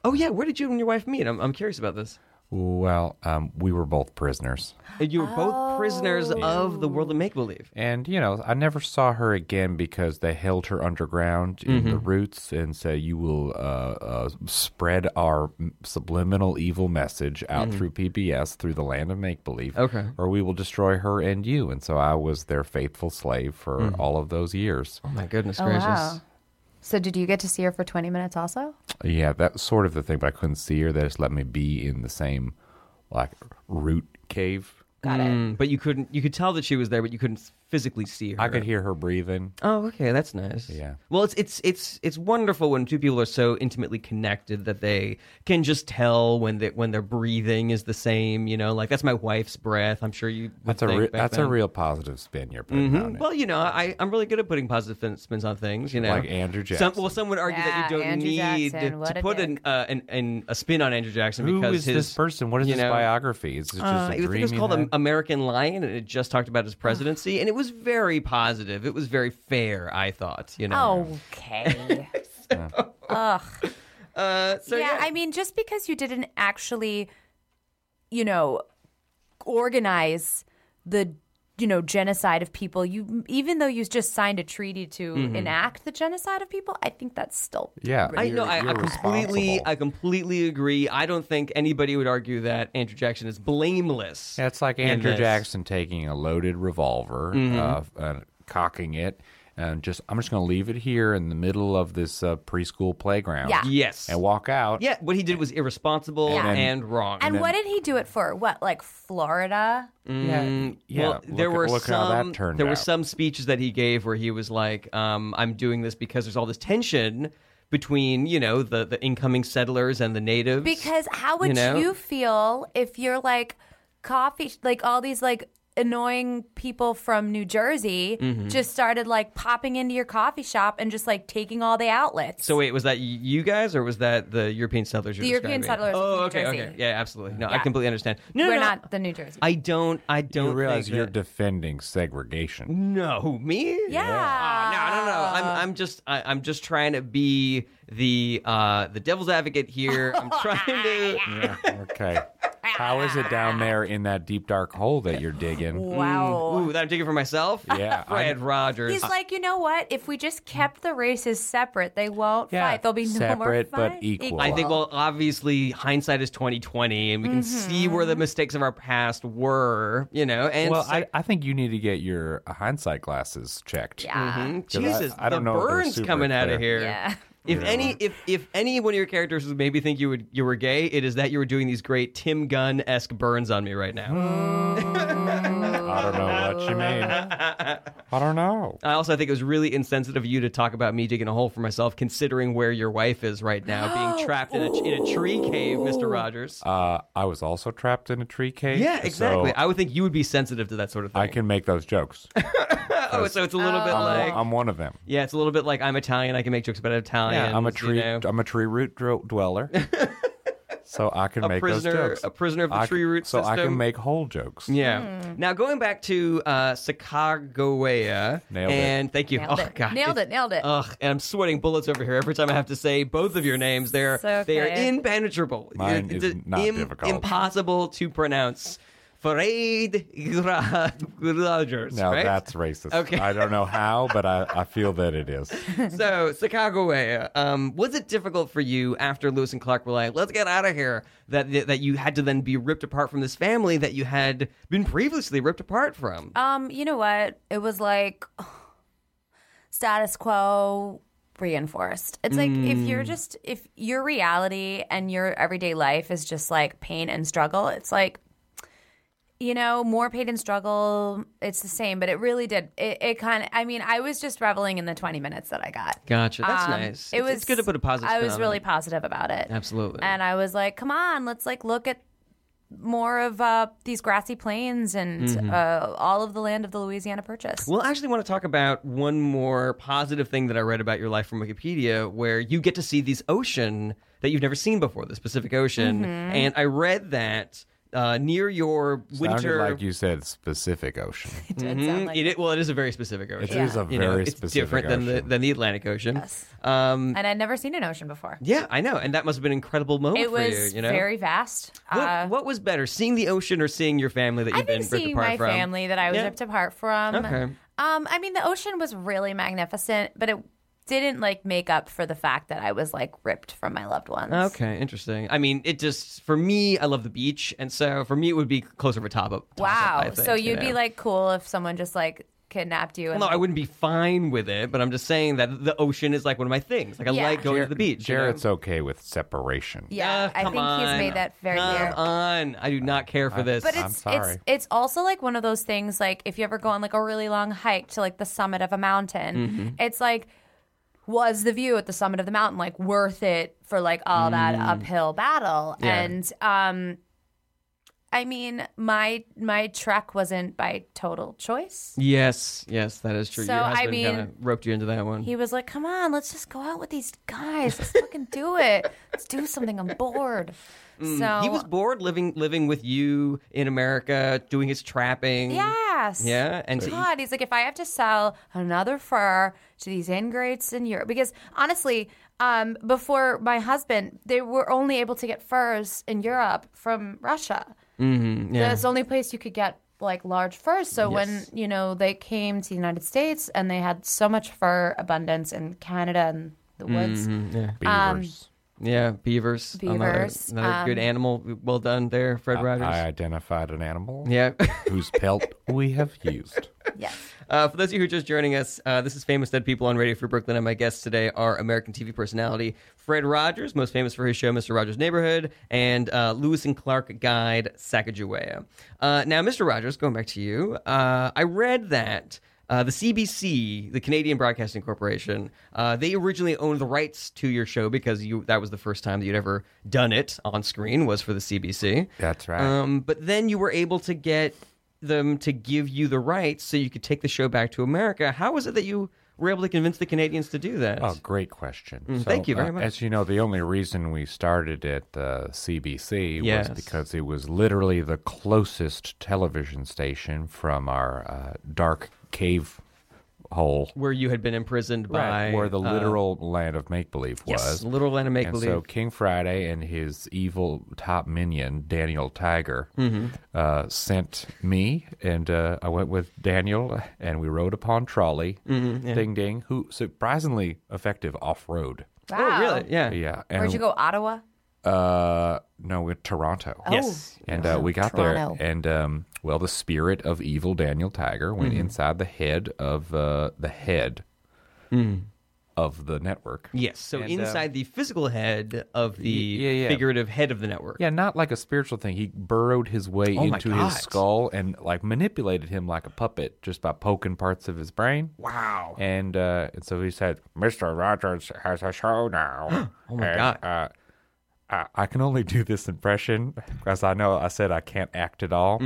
Speaker 1: oh yeah. Where did you and your wife meet? I'm, I'm curious about this. Uh,
Speaker 5: Well, um, we were both prisoners,
Speaker 1: You were both prisoners
Speaker 4: Oh.
Speaker 1: of the world of make believe.
Speaker 5: and you know, I never saw her again because they held her underground in
Speaker 1: Mm-hmm.
Speaker 5: the roots and said, "You will uh, uh, spread our m- subliminal evil message out through PBS through the land of make believe,
Speaker 1: Mm-hmm. Okay.
Speaker 5: or we will destroy her and you." And so I was their faithful slave for
Speaker 1: Mm.
Speaker 5: all of those years.
Speaker 1: Oh my goodness
Speaker 4: Oh,
Speaker 1: gracious.
Speaker 4: wow. So did you get to see her for 20 minutes also?
Speaker 5: Yeah, that's sort of the thing, but I couldn't see her. They just let me be in the same like root cave.
Speaker 4: Got it.
Speaker 1: Mm, but you couldn't. You could tell that she was there, but you couldn't physically see her.
Speaker 5: I could hear her breathing.
Speaker 1: Oh, okay, that's nice.
Speaker 5: Yeah.
Speaker 1: Well, it's it's it's it's wonderful when two people are so intimately connected that they can just tell when they when their breathing is the same. You know, like that's my wife's breath. I'm sure you. would
Speaker 5: That's a
Speaker 1: think
Speaker 5: re-
Speaker 1: back
Speaker 5: that's a
Speaker 1: then. Mm-hmm. Hmm?
Speaker 5: real positive spin you're putting on it.
Speaker 1: Well, you know, I I'm really good at putting positive fin- spins on things. You know,
Speaker 5: Like Andrew
Speaker 1: Some,
Speaker 5: Jackson.
Speaker 1: well, some would argue that you
Speaker 4: Yeah,
Speaker 1: don't
Speaker 4: Andrew
Speaker 1: need
Speaker 4: Jackson,
Speaker 1: to,
Speaker 4: what a
Speaker 1: put an,
Speaker 4: dick.
Speaker 1: uh, an, an a spin on Andrew Jackson
Speaker 5: Who
Speaker 1: because
Speaker 5: is
Speaker 1: his
Speaker 5: this person? What is
Speaker 1: you
Speaker 5: his
Speaker 1: know,
Speaker 5: biography? Is this
Speaker 1: Uh, it
Speaker 5: just a
Speaker 1: was, I think
Speaker 5: dream?
Speaker 1: it was
Speaker 5: you
Speaker 1: called
Speaker 5: had?
Speaker 1: Am- American Lion, and it just talked about his presidency, and it was very positive. It was very fair, I thought. You
Speaker 4: Oh,
Speaker 1: know.
Speaker 4: Okay. Ugh.
Speaker 1: Uh, so,
Speaker 4: yeah, I mean, just because you didn't actually, you know, organize the, you know, genocide of people, you even though you just signed a treaty to
Speaker 1: Mm-hmm.
Speaker 4: enact the genocide of people, I think that's still
Speaker 5: yeah,
Speaker 1: I
Speaker 5: you're-
Speaker 1: know. I, I
Speaker 5: you're
Speaker 1: completely,
Speaker 5: responsible.
Speaker 1: I completely agree. I don't think anybody would argue that Andrew Jackson is blameless.
Speaker 5: Yeah, it's like
Speaker 1: in
Speaker 5: Andrew
Speaker 1: this. Mm-hmm.
Speaker 5: Jackson taking a loaded revolver, uh, and cocking it, and just I'm just going to leave it here in the middle of this uh, preschool playground.
Speaker 4: Yeah.
Speaker 1: Yes.
Speaker 5: and walk out.
Speaker 1: yeah, what he did was irresponsible
Speaker 4: Yeah.
Speaker 1: and,
Speaker 4: And-
Speaker 1: wrong.
Speaker 4: And what did he do it for? What, like Florida?
Speaker 5: yeah, yeah.
Speaker 1: Mm, well, there
Speaker 5: look,
Speaker 1: were
Speaker 5: at- look
Speaker 1: some.
Speaker 5: how that turned
Speaker 1: there were
Speaker 5: out.
Speaker 1: some speeches that he gave where he was like, um, "I'm doing this because there's all this tension between you know the the incoming settlers and the natives."
Speaker 4: Because how would you,
Speaker 1: know?
Speaker 4: feel if you're like coffee, like all these like annoying people from New Jersey
Speaker 1: Mm-hmm.
Speaker 4: just started like popping into your coffee shop and just like taking all the outlets?
Speaker 1: so wait, was that you guys or was that the European settlers? You're
Speaker 4: The European
Speaker 1: describing?
Speaker 4: settlers of
Speaker 1: Oh,
Speaker 4: New
Speaker 1: okay,
Speaker 4: Jersey.
Speaker 1: okay, yeah, absolutely. No, I
Speaker 4: Yeah.
Speaker 1: completely understand. No,
Speaker 4: we're
Speaker 1: no, no.
Speaker 4: not the New Jersey.
Speaker 1: I don't. I don't
Speaker 5: you realize
Speaker 1: think
Speaker 5: you're
Speaker 1: that-
Speaker 5: defending segregation.
Speaker 1: No, me?
Speaker 4: Yeah.
Speaker 1: Oh, no, no, no. I'm, I'm just, I, I'm just trying to be the, uh, the devil's advocate here. I'm trying to.
Speaker 5: okay. How is it down there in that deep dark hole that you're digging?
Speaker 4: wow.
Speaker 1: Ooh, that I'm digging for myself.
Speaker 5: Yeah,
Speaker 1: Fred
Speaker 5: I'm-
Speaker 1: Rogers.
Speaker 4: He's like, you know what? If we just kept the races separate, they won't
Speaker 5: Yeah,
Speaker 4: fight. There'll be no more
Speaker 5: separate but
Speaker 4: fight.
Speaker 5: equal.
Speaker 1: I think. Well, obviously, hindsight is 2020, and we can
Speaker 5: Mm-hmm.
Speaker 1: see where the mistakes of our past were. You know, and
Speaker 5: well,
Speaker 1: so-
Speaker 5: I, I think you need to get your hindsight glasses checked.
Speaker 4: yeah.
Speaker 1: Mhm.
Speaker 5: Mm-hmm. 'Cause I-
Speaker 1: Jesus,
Speaker 5: I don't
Speaker 1: the
Speaker 5: know if they're
Speaker 1: burns
Speaker 5: super
Speaker 1: coming out
Speaker 5: clear.
Speaker 1: of here.
Speaker 4: Yeah.
Speaker 1: If any, if if any one of your characters would maybe think you would you were gay, it is that you were doing these great Tim Gunn esque burns on me right now.
Speaker 5: I don't know what you mean. I don't know.
Speaker 1: I also think it was really insensitive of you to talk about me digging a hole for myself, considering where your wife is right now, being trapped in a, in a tree cave, Mister Rogers.
Speaker 5: Uh, I was also trapped in a tree cave.
Speaker 1: yeah, exactly.
Speaker 5: so
Speaker 1: I would think you would be sensitive to that sort of thing.
Speaker 5: I can make those jokes.
Speaker 1: oh, so it's a little bit
Speaker 5: I'm,
Speaker 1: like
Speaker 5: I'm one of them.
Speaker 1: yeah, it's a little bit like I'm Italian. I can make jokes about Italian.
Speaker 5: Yeah, I'm a tree. I'm a tree root dro- dweller. so I can
Speaker 1: A
Speaker 5: make
Speaker 1: prisoner-
Speaker 5: those jokes.
Speaker 1: a prisoner of the
Speaker 5: I c-
Speaker 1: tree root
Speaker 5: So I
Speaker 1: system.
Speaker 5: can make whole jokes.
Speaker 1: Yeah.
Speaker 4: Hmm.
Speaker 1: Now going back to uh, Sacagawea.
Speaker 5: Nailed it.
Speaker 1: and thank you.
Speaker 4: Nailed
Speaker 1: oh
Speaker 4: it.
Speaker 1: God,
Speaker 4: Nailed
Speaker 1: it's-
Speaker 4: it, nailed it.
Speaker 1: Ugh, and I'm sweating bullets over here every time I have to say both of your names. They're
Speaker 4: So
Speaker 1: they are
Speaker 4: okay.
Speaker 1: impenetrable.
Speaker 5: Mine
Speaker 1: It-
Speaker 5: is
Speaker 1: it's
Speaker 5: not difficult.
Speaker 1: Impossible to pronounce. Fred Gra- Rogers.
Speaker 5: Now
Speaker 1: right?
Speaker 5: that's racist.
Speaker 1: Okay.
Speaker 5: I don't know how, but I, I feel that it is.
Speaker 1: so Sacagawea, um, was it difficult for you after Lewis and Clark were like, "Let's get out of here"? That that you had to then be ripped apart from this family that you had been previously ripped apart from.
Speaker 4: Um, you know what? It was like status quo reinforced. It's like if
Speaker 1: Hmm.
Speaker 4: you're just if your reality and your everyday life is just like pain and struggle, it's like you know, more pain and struggle, it's the same, but it really did. It, it kind of, I mean, I was just reveling in the 20 minutes that I got.
Speaker 1: Gotcha, that's
Speaker 4: Um,
Speaker 1: nice. It's- it's good to put a positive.
Speaker 4: I
Speaker 1: spin
Speaker 4: was
Speaker 1: on
Speaker 4: really
Speaker 1: it.
Speaker 4: positive about it.
Speaker 1: Absolutely.
Speaker 4: And I was like, come on, let's like look at more of uh, these grassy plains and
Speaker 1: Mm-hmm.
Speaker 4: uh, all of the land of the Louisiana Purchase.
Speaker 1: Well, I actually want to talk about one more positive thing that I read about your life from Wikipedia, where you get to see this ocean that you've never seen before, this Pacific Ocean.
Speaker 4: Mm-hmm.
Speaker 1: And I read that uh, near your winter.
Speaker 5: Sounded like you said specific ocean.
Speaker 4: It did sound
Speaker 1: Mm,
Speaker 4: like
Speaker 1: it i- well, it is a very specific ocean.
Speaker 5: It is a
Speaker 1: You know,
Speaker 5: very
Speaker 1: it's
Speaker 5: specific
Speaker 1: different
Speaker 5: ocean.
Speaker 1: than the than the Atlantic Ocean.
Speaker 4: Yes.
Speaker 1: Um,
Speaker 4: and I'd never seen an ocean before.
Speaker 1: yeah, I know, and that must have been an incredible moment
Speaker 4: It
Speaker 1: for
Speaker 4: was
Speaker 1: you. You know,
Speaker 4: very vast.
Speaker 1: what,
Speaker 4: uh,
Speaker 1: what was better, seeing the ocean or seeing your family that
Speaker 4: I
Speaker 1: you've been
Speaker 4: think
Speaker 1: ripped
Speaker 4: seeing
Speaker 1: apart
Speaker 4: my
Speaker 1: from?
Speaker 4: family that I was
Speaker 1: Yeah.
Speaker 4: ripped apart from.
Speaker 1: Okay.
Speaker 4: Um, I mean, the ocean was really magnificent, but it didn't like make up for the fact that I was like ripped from my loved ones.
Speaker 1: Okay, interesting. I mean, it just for me, I love the beach, and so for me, it would be closer of a top up. toss-up, I
Speaker 4: Wow.
Speaker 1: think,
Speaker 4: so
Speaker 1: you
Speaker 4: you'd be
Speaker 1: know?
Speaker 4: like cool if someone just like kidnapped you. And,
Speaker 1: No, I
Speaker 4: like-
Speaker 1: wouldn't be fine with it, but I'm just saying that the ocean is like one of my things. Like I
Speaker 4: Yeah.
Speaker 1: like going to the beach. you know?
Speaker 5: Jared's okay with separation.
Speaker 4: Yeah,
Speaker 1: Ah,
Speaker 4: I
Speaker 1: come
Speaker 4: think he's
Speaker 1: on.
Speaker 4: made that very
Speaker 1: Come
Speaker 4: clear.
Speaker 1: on, I do not care for this.
Speaker 4: But
Speaker 5: I'm
Speaker 4: it's
Speaker 5: sorry.
Speaker 4: it's it's also like one of those things like if you ever go on like a really long hike to like the summit of a mountain,
Speaker 1: Mm-hmm.
Speaker 4: it's like was the view at the summit of the mountain like worth it for like all that uphill battle?
Speaker 1: Mm. Yeah.
Speaker 4: And um I mean, my my trek wasn't by total choice.
Speaker 1: yes, yes, that is true.
Speaker 4: So,
Speaker 1: Your
Speaker 4: I
Speaker 1: husband
Speaker 4: mean-
Speaker 1: kinda roped you into that one.
Speaker 4: He was like, "Come on, let's just go out with these guys. Let's fucking do it. Let's do something. I'm bored." So
Speaker 1: Mm. He was bored living living with you in America, doing his trapping.
Speaker 4: Yes.
Speaker 1: Yeah, and to
Speaker 4: God, he's like, if I have to sell another fur to these ingrates in Europe, because honestly, um, before my husband, they were only able to get furs in Europe from Russia. Mm-hmm,
Speaker 1: mm, yeah.
Speaker 4: That's the only place you could get like large furs. So when you know they came to the United States and they had so much fur abundance in Canada and the woods,
Speaker 1: Mm-hmm. um,
Speaker 5: Beavers.
Speaker 1: yeah, beavers.
Speaker 4: Beavers,
Speaker 1: another, another good animal. Well done there, Fred Rogers.
Speaker 5: I identified an animal
Speaker 1: yeah.
Speaker 5: whose pelt we have used.
Speaker 4: yes.
Speaker 1: Uh, for those of you who are just joining us, uh, this is Famous Dead People on Radio Free Brooklyn, and my guests today are American TV personality Fred Rogers, most famous for his show Mr. Rogers' Neighborhood, and uh, Lewis and Clark guide Sacagawea. Uh, now, Mr. Rogers, going back to you, uh, I read that uh, the CBC, the Canadian Broadcasting Corporation, uh, they originally owned the rights to your show because you that was the first time that you'd ever done it on screen was for the CBC.
Speaker 5: That's right.
Speaker 1: Um, but then you were able to get them to give you the rights so you could take the show back to America. How was it that you were able to convince the Canadians to do that?
Speaker 5: Oh, great question. So,
Speaker 1: Mm, thank you very
Speaker 5: uh,
Speaker 1: much.
Speaker 5: As you know, the only reason we started at uh, the CBC
Speaker 1: Yes.
Speaker 5: was because it was literally the closest television station from our uh, dark cave hole,
Speaker 1: Where you had been imprisoned by
Speaker 5: where the
Speaker 1: uh,
Speaker 5: literal land of make believe was.
Speaker 1: Little Atlanta make
Speaker 5: and
Speaker 1: believe.
Speaker 5: so King Friday and his evil top minion Daniel Tiger uh, sent me, and uh, I went with Daniel, and we rode upon trolley, ding ding, who surprisingly effective off road.
Speaker 4: Wow.
Speaker 1: Oh, really? Um, Yeah.
Speaker 5: Yeah. And,
Speaker 4: Where'd you go? Ottawa. Oh.
Speaker 5: Uh, no, we're Toronto.
Speaker 1: Yes.
Speaker 5: And uh, we got
Speaker 4: Toronto.
Speaker 5: there, and um, well, the spirit of evil Daniel Tiger went
Speaker 4: Mm-hmm.
Speaker 5: inside the head of uh, the head of the network.
Speaker 1: Yes. So
Speaker 5: And, uh,
Speaker 1: inside the physical head of the
Speaker 5: yeah, yeah.
Speaker 1: figurative head of the network.
Speaker 5: Yeah, not like a spiritual thing. He burrowed his way
Speaker 1: Oh my
Speaker 5: into
Speaker 1: God.
Speaker 5: his skull and like manipulated him like a puppet just by poking parts of his brain.
Speaker 1: Wow.
Speaker 5: And uh, and so he said, "Mr. Rogers has a show now." oh
Speaker 1: my God.
Speaker 5: Uh, I, I can only do this impression because I know I said I can't act at all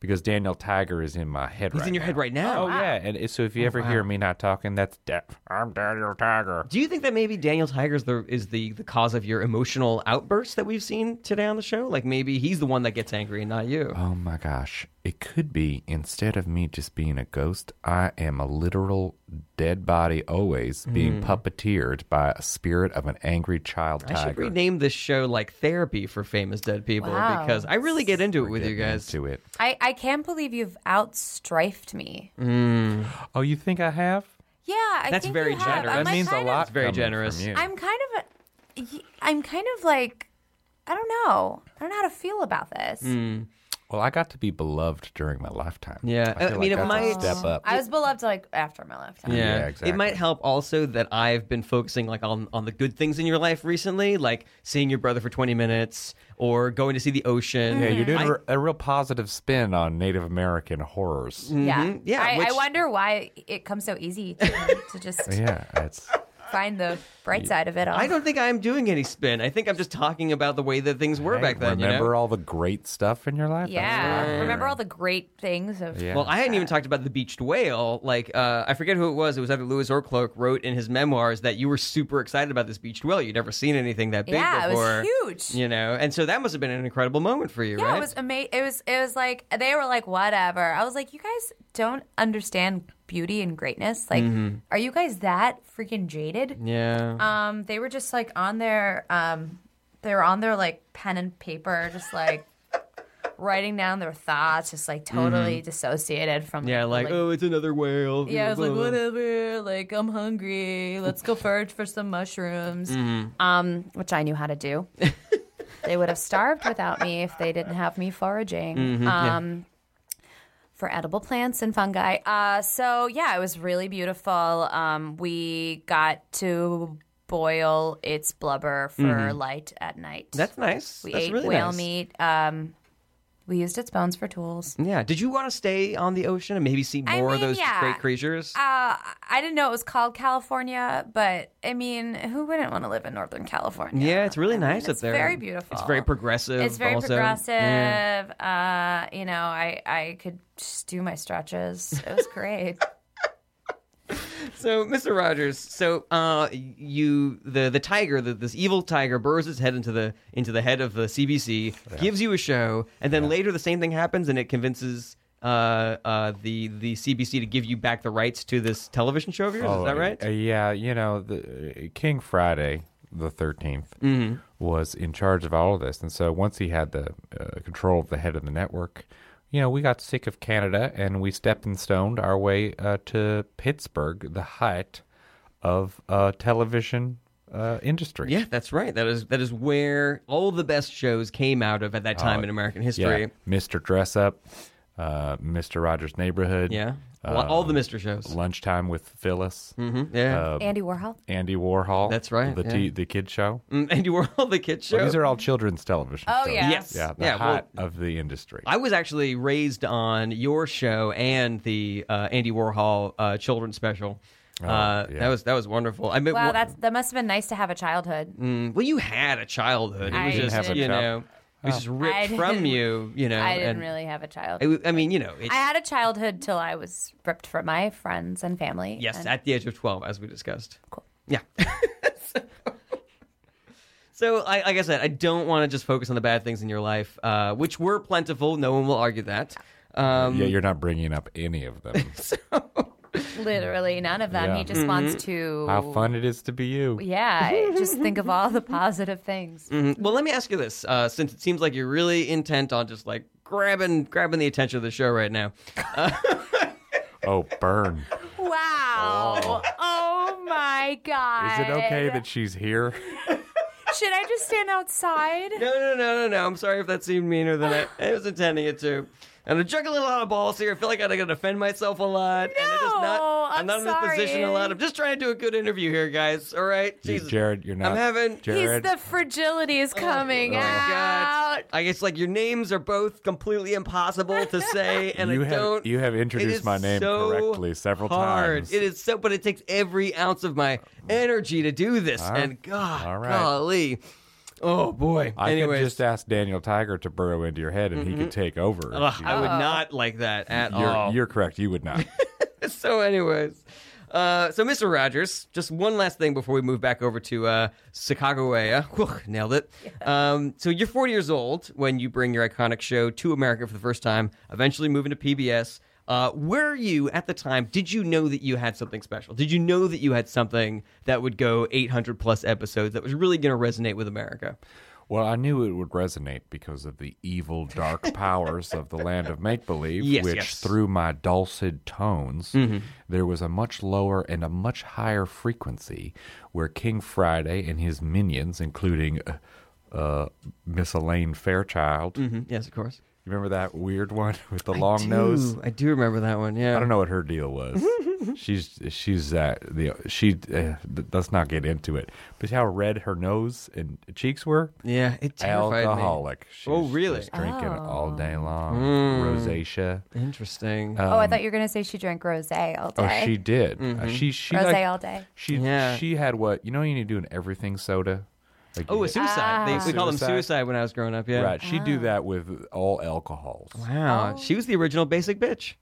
Speaker 5: because Daniel Tiger is in my head.
Speaker 1: Mm-hmm. He's in your head right now.
Speaker 5: Oh yeah, and it- so if you ever hear me not talking, that's da- I'm Daniel Tiger.
Speaker 1: Do you think that maybe Daniel Tiger is the, is the, the cause of your emotional outbursts that we've seen today on the show? Like maybe he's the one that gets angry and not you.
Speaker 5: Oh my gosh, it could be instead of me just being a ghost, I am a literal dead body always being puppeteered by a spirit of an angry child
Speaker 1: Hmm. I should
Speaker 5: tiger.
Speaker 1: rename this show like Therapy for Famous Dead People
Speaker 4: Wow.
Speaker 1: because I really get into it with you guys.
Speaker 5: to it.
Speaker 4: I, I can't believe you've outstrifed me.
Speaker 5: Oh, you think I have?
Speaker 4: Yeah, I
Speaker 1: Mm. That's
Speaker 4: think
Speaker 1: very
Speaker 4: you have.
Speaker 1: generous.
Speaker 5: That
Speaker 4: I'm like
Speaker 5: means a
Speaker 4: kind of-
Speaker 5: lot.
Speaker 1: very
Speaker 5: coming from
Speaker 1: generous.
Speaker 5: you.
Speaker 4: I'm kind of, a- I'm kind of like, I don't know. I don't know how to feel about this.
Speaker 1: Mm.
Speaker 5: Well, I got to be beloved during my lifetime.
Speaker 1: Yeah,
Speaker 5: I,
Speaker 1: I mean, it
Speaker 5: it
Speaker 1: might-
Speaker 5: step up.
Speaker 4: I was beloved like after my lifetime.
Speaker 5: Yeah,
Speaker 1: It
Speaker 5: exactly.
Speaker 1: might help also that I've been focusing like on on the good things in your life recently, like seeing your brother for 20 minutes or going to see the ocean.
Speaker 5: yeah, you're doing
Speaker 1: I-
Speaker 5: a re- a real positive spin on Native American horrors.
Speaker 4: Yeah,
Speaker 1: Mm-hmm. Yeah,
Speaker 4: I, I
Speaker 1: which-
Speaker 4: wonder why it comes so easy to, to just
Speaker 5: Yeah, it's
Speaker 4: find the bright side of it all.
Speaker 1: I don't think I'm doing any spin. I think I'm just talking about the way that things were
Speaker 5: Hey,
Speaker 1: back then. you know?
Speaker 5: Remember all the great stuff in your life? That's
Speaker 4: Yeah,
Speaker 5: what I
Speaker 4: remember all the great things of.
Speaker 5: Yeah.
Speaker 1: Well, I hadn't even talked about the beached whale. Like, uh, I forget who it was. It was either Lewis or Cloak wrote in his memoirs that you were super excited about this beached whale. You'd never seen anything that big
Speaker 4: Yeah, it was
Speaker 1: before.
Speaker 4: huge.
Speaker 1: You know, and so that must have been an incredible moment for you,
Speaker 4: Yeah,
Speaker 1: right?
Speaker 4: it was amazing. It was it was like they were like whatever. I was like, you guys don't understand beauty and greatness. Like,
Speaker 1: Mm-hmm.
Speaker 4: are you guys that freaking jaded?
Speaker 1: yeah.
Speaker 4: Um, they were just like on their um, they were on their like pen and paper, just like writing down their thoughts, just like totally dissociated from
Speaker 1: Mm-hmm. yeah, like, oh, it's another whale.
Speaker 4: Yeah, I was like,
Speaker 1: Blah, blah, blah.
Speaker 4: whatever. Like, I'm hungry. Let's go forage for some mushrooms.
Speaker 1: Mm-hmm.
Speaker 4: Um, which I knew how to do. they would have starved without me if they didn't have me foraging.
Speaker 1: Mm-hmm,
Speaker 4: um, For edible plants and fungi. Uh, so yeah, it was really beautiful. Um, we got to boil its blubber for light at night.
Speaker 1: Mm-hmm. That's nice.
Speaker 4: we
Speaker 1: That's
Speaker 4: ate
Speaker 1: really
Speaker 4: whale
Speaker 1: nice.
Speaker 4: meat. Um, we used its bones for tools.
Speaker 1: Yeah. Did you want to stay on the ocean and maybe see more
Speaker 4: I
Speaker 1: of
Speaker 4: mean,
Speaker 1: those
Speaker 4: yeah.
Speaker 1: great creatures?
Speaker 4: Uh, I didn't know it was called California, but I mean, who wouldn't want to live in Northern California?
Speaker 1: yeah, it's really nice up
Speaker 4: it's
Speaker 1: there.
Speaker 4: very beautiful.
Speaker 1: It's very progressive.
Speaker 4: It's very
Speaker 1: also.
Speaker 4: progressive.
Speaker 1: Yeah.
Speaker 4: Uh, you know, I I could just do my stretches. It was great.
Speaker 1: So, Mr. Rogers, so uh, you the the tiger, the, this evil tiger, burrows its head into the into the head of the CBC, gives you a show, and then later the same thing happens, and it convinces uh, uh, the the CBC to give you back the rights to this television show of yours.
Speaker 5: Oh,
Speaker 1: Is that right?
Speaker 5: uh, yeah, you know, the, uh, King Friday the 13th
Speaker 1: Mm-hmm.
Speaker 5: was in charge of all of this. And so once he had the uh, control of the head of the network, you know, we got sick of Canada and we stepping stoned our way uh, to Pittsburgh, the height of uh, television uh, industry.
Speaker 1: yeah, that's right. That is that is where all the best shows came out of at that
Speaker 5: Oh,
Speaker 1: time in American
Speaker 5: Yeah.
Speaker 1: history.
Speaker 5: Mr. Dress Up, uh, Mr. Rogers' Neighborhood. uh,
Speaker 1: Yeah, Lo- all the Mister shows.
Speaker 5: Lunchtime with Phyllis.
Speaker 1: Mhm, Yeah,
Speaker 5: uh,
Speaker 4: Andy Warhol.
Speaker 5: Andy Warhol.
Speaker 1: That's right,
Speaker 5: The,
Speaker 1: yeah.
Speaker 5: t- the kid show.
Speaker 1: Mm, Andy Warhol, the kids show.
Speaker 5: Well, these are all children's television.
Speaker 4: Oh,
Speaker 5: shows.
Speaker 4: yeah.
Speaker 1: yes,
Speaker 5: Yeah, the
Speaker 1: yeah. well,
Speaker 5: hot of the industry.
Speaker 1: I was actually raised on your show and the uh, Andy Warhol uh, children's special. uh,
Speaker 5: Oh, yeah.
Speaker 1: That was that was wonderful. I mean,
Speaker 4: Wow,
Speaker 1: well,
Speaker 4: that's that must have been nice to have a childhood.
Speaker 1: well, you had a childhood. It
Speaker 4: I
Speaker 1: was
Speaker 4: didn't
Speaker 1: just
Speaker 5: have a
Speaker 1: you
Speaker 5: child-
Speaker 1: know, it was just
Speaker 4: I
Speaker 1: ripped
Speaker 4: didn't-
Speaker 1: from you. You know,
Speaker 4: I didn't
Speaker 1: and
Speaker 4: really have a child.
Speaker 1: it w- I mean, you know, it's,
Speaker 4: I had a childhood till I was ripped from my friends and family.
Speaker 1: yes,
Speaker 4: and-
Speaker 1: at the age of twelve, as we discussed. Cool. Yeah. So, I, like I said, I don't want to just focus on the bad things in your life, uh, which were plentiful. No one will argue that. Um,
Speaker 5: yeah, you're not bringing up any of them.
Speaker 4: literally none of them.
Speaker 5: Yeah.
Speaker 4: He just
Speaker 1: Mm-hmm.
Speaker 4: wants to.
Speaker 1: Oh.
Speaker 5: How fun it is to be you.
Speaker 4: Yeah, I just think of all the positive things.
Speaker 1: Mm, Well, let me ask you this, uh, since it seems like you're really intent on just like grabbing grabbing the attention of the show right now.
Speaker 5: Oh, burn.
Speaker 4: Wow. Oh my
Speaker 5: Is
Speaker 4: god.
Speaker 5: it okay that she's here?
Speaker 4: Should I just stand outside?
Speaker 1: No, no, no, no, no. I'm sorry if that seemed meaner than I, I was intending it to. And I'm juggling a lot of balls here. I feel like I gotta defend myself a lot. and I'm just not,
Speaker 4: No,
Speaker 1: I'm not
Speaker 4: I'm
Speaker 1: in this position a
Speaker 4: sorry.
Speaker 1: lot. I'm just trying to do a good interview here, guys. All right,
Speaker 5: You-
Speaker 1: Jesus.
Speaker 5: Jared, you're not.
Speaker 1: I'm having.
Speaker 5: Jared.
Speaker 4: He's the fragility is coming
Speaker 1: Oh,
Speaker 4: out.
Speaker 1: God. I guess like your names are both completely impossible to say, and
Speaker 5: you
Speaker 1: I
Speaker 5: have
Speaker 1: don't.
Speaker 5: you have
Speaker 1: It
Speaker 5: introduced
Speaker 1: is
Speaker 5: my name
Speaker 1: so
Speaker 5: correctly several
Speaker 1: hard.
Speaker 5: times.
Speaker 1: It is so, but it takes every ounce of my energy to do this.
Speaker 5: All right.
Speaker 1: And God,
Speaker 5: All right.
Speaker 1: golly, oh boy.
Speaker 5: I
Speaker 1: Anyways, Mm-hmm.
Speaker 5: could just ask Daniel Tiger to burrow into your head, and he could take over.
Speaker 1: ugh, I would not like that at
Speaker 5: you're,
Speaker 1: all.
Speaker 5: you're correct. You would not.
Speaker 1: so, anyways, Uh, so, Mr. Rogers, just one last thing before we move back over to uh, Sacagawea. Whew, nailed it. Um, so, you're 40 years old when you bring your iconic show to America for the first time, eventually moving to PBS. Uh, were you at the time? Did you know that you had something special? Did you know that you had something that would go 800 plus episodes that was really going to resonate with America?
Speaker 5: Well, I knew it would resonate because of the evil, dark powers of the land of make believe,
Speaker 1: Yes,
Speaker 5: which
Speaker 1: yes. Mm-hmm.
Speaker 5: through my dulcet tones, there was a much lower and a much higher frequency where King Friday and his minions, including uh, uh, Miss Elaine Fairchild,
Speaker 1: Mhm, Yes, of course.
Speaker 5: you remember that weird one with the long nose?
Speaker 1: Ooh, I do remember that one. Yeah.
Speaker 5: I don't know what her deal was. she's she's uh, the she uh, th- let's not get into it. But how red her nose and cheeks were.
Speaker 1: Yeah, it terrified
Speaker 5: Alcoholic. She's
Speaker 1: Oh, really? Mm.
Speaker 5: just drinking all day long. Rosacea.
Speaker 1: me. Interesting.
Speaker 4: oh, I thought you were gonna say she drank rosé all day.
Speaker 5: Um, Oh, she did. Uh, she she
Speaker 4: Rosé
Speaker 5: like-
Speaker 4: all day.
Speaker 5: She
Speaker 1: Mm-hmm. Yeah.
Speaker 5: she had what you know you need to do an everything soda. Like
Speaker 1: oh,
Speaker 5: you-
Speaker 1: a suicide. they, we called them
Speaker 5: Ah. Suicide.
Speaker 1: suicide when I was growing up. Yeah.
Speaker 5: right. She
Speaker 4: Ah.
Speaker 5: do that with all alcohols.
Speaker 1: Wow.
Speaker 4: Oh.
Speaker 1: She was the original basic bitch.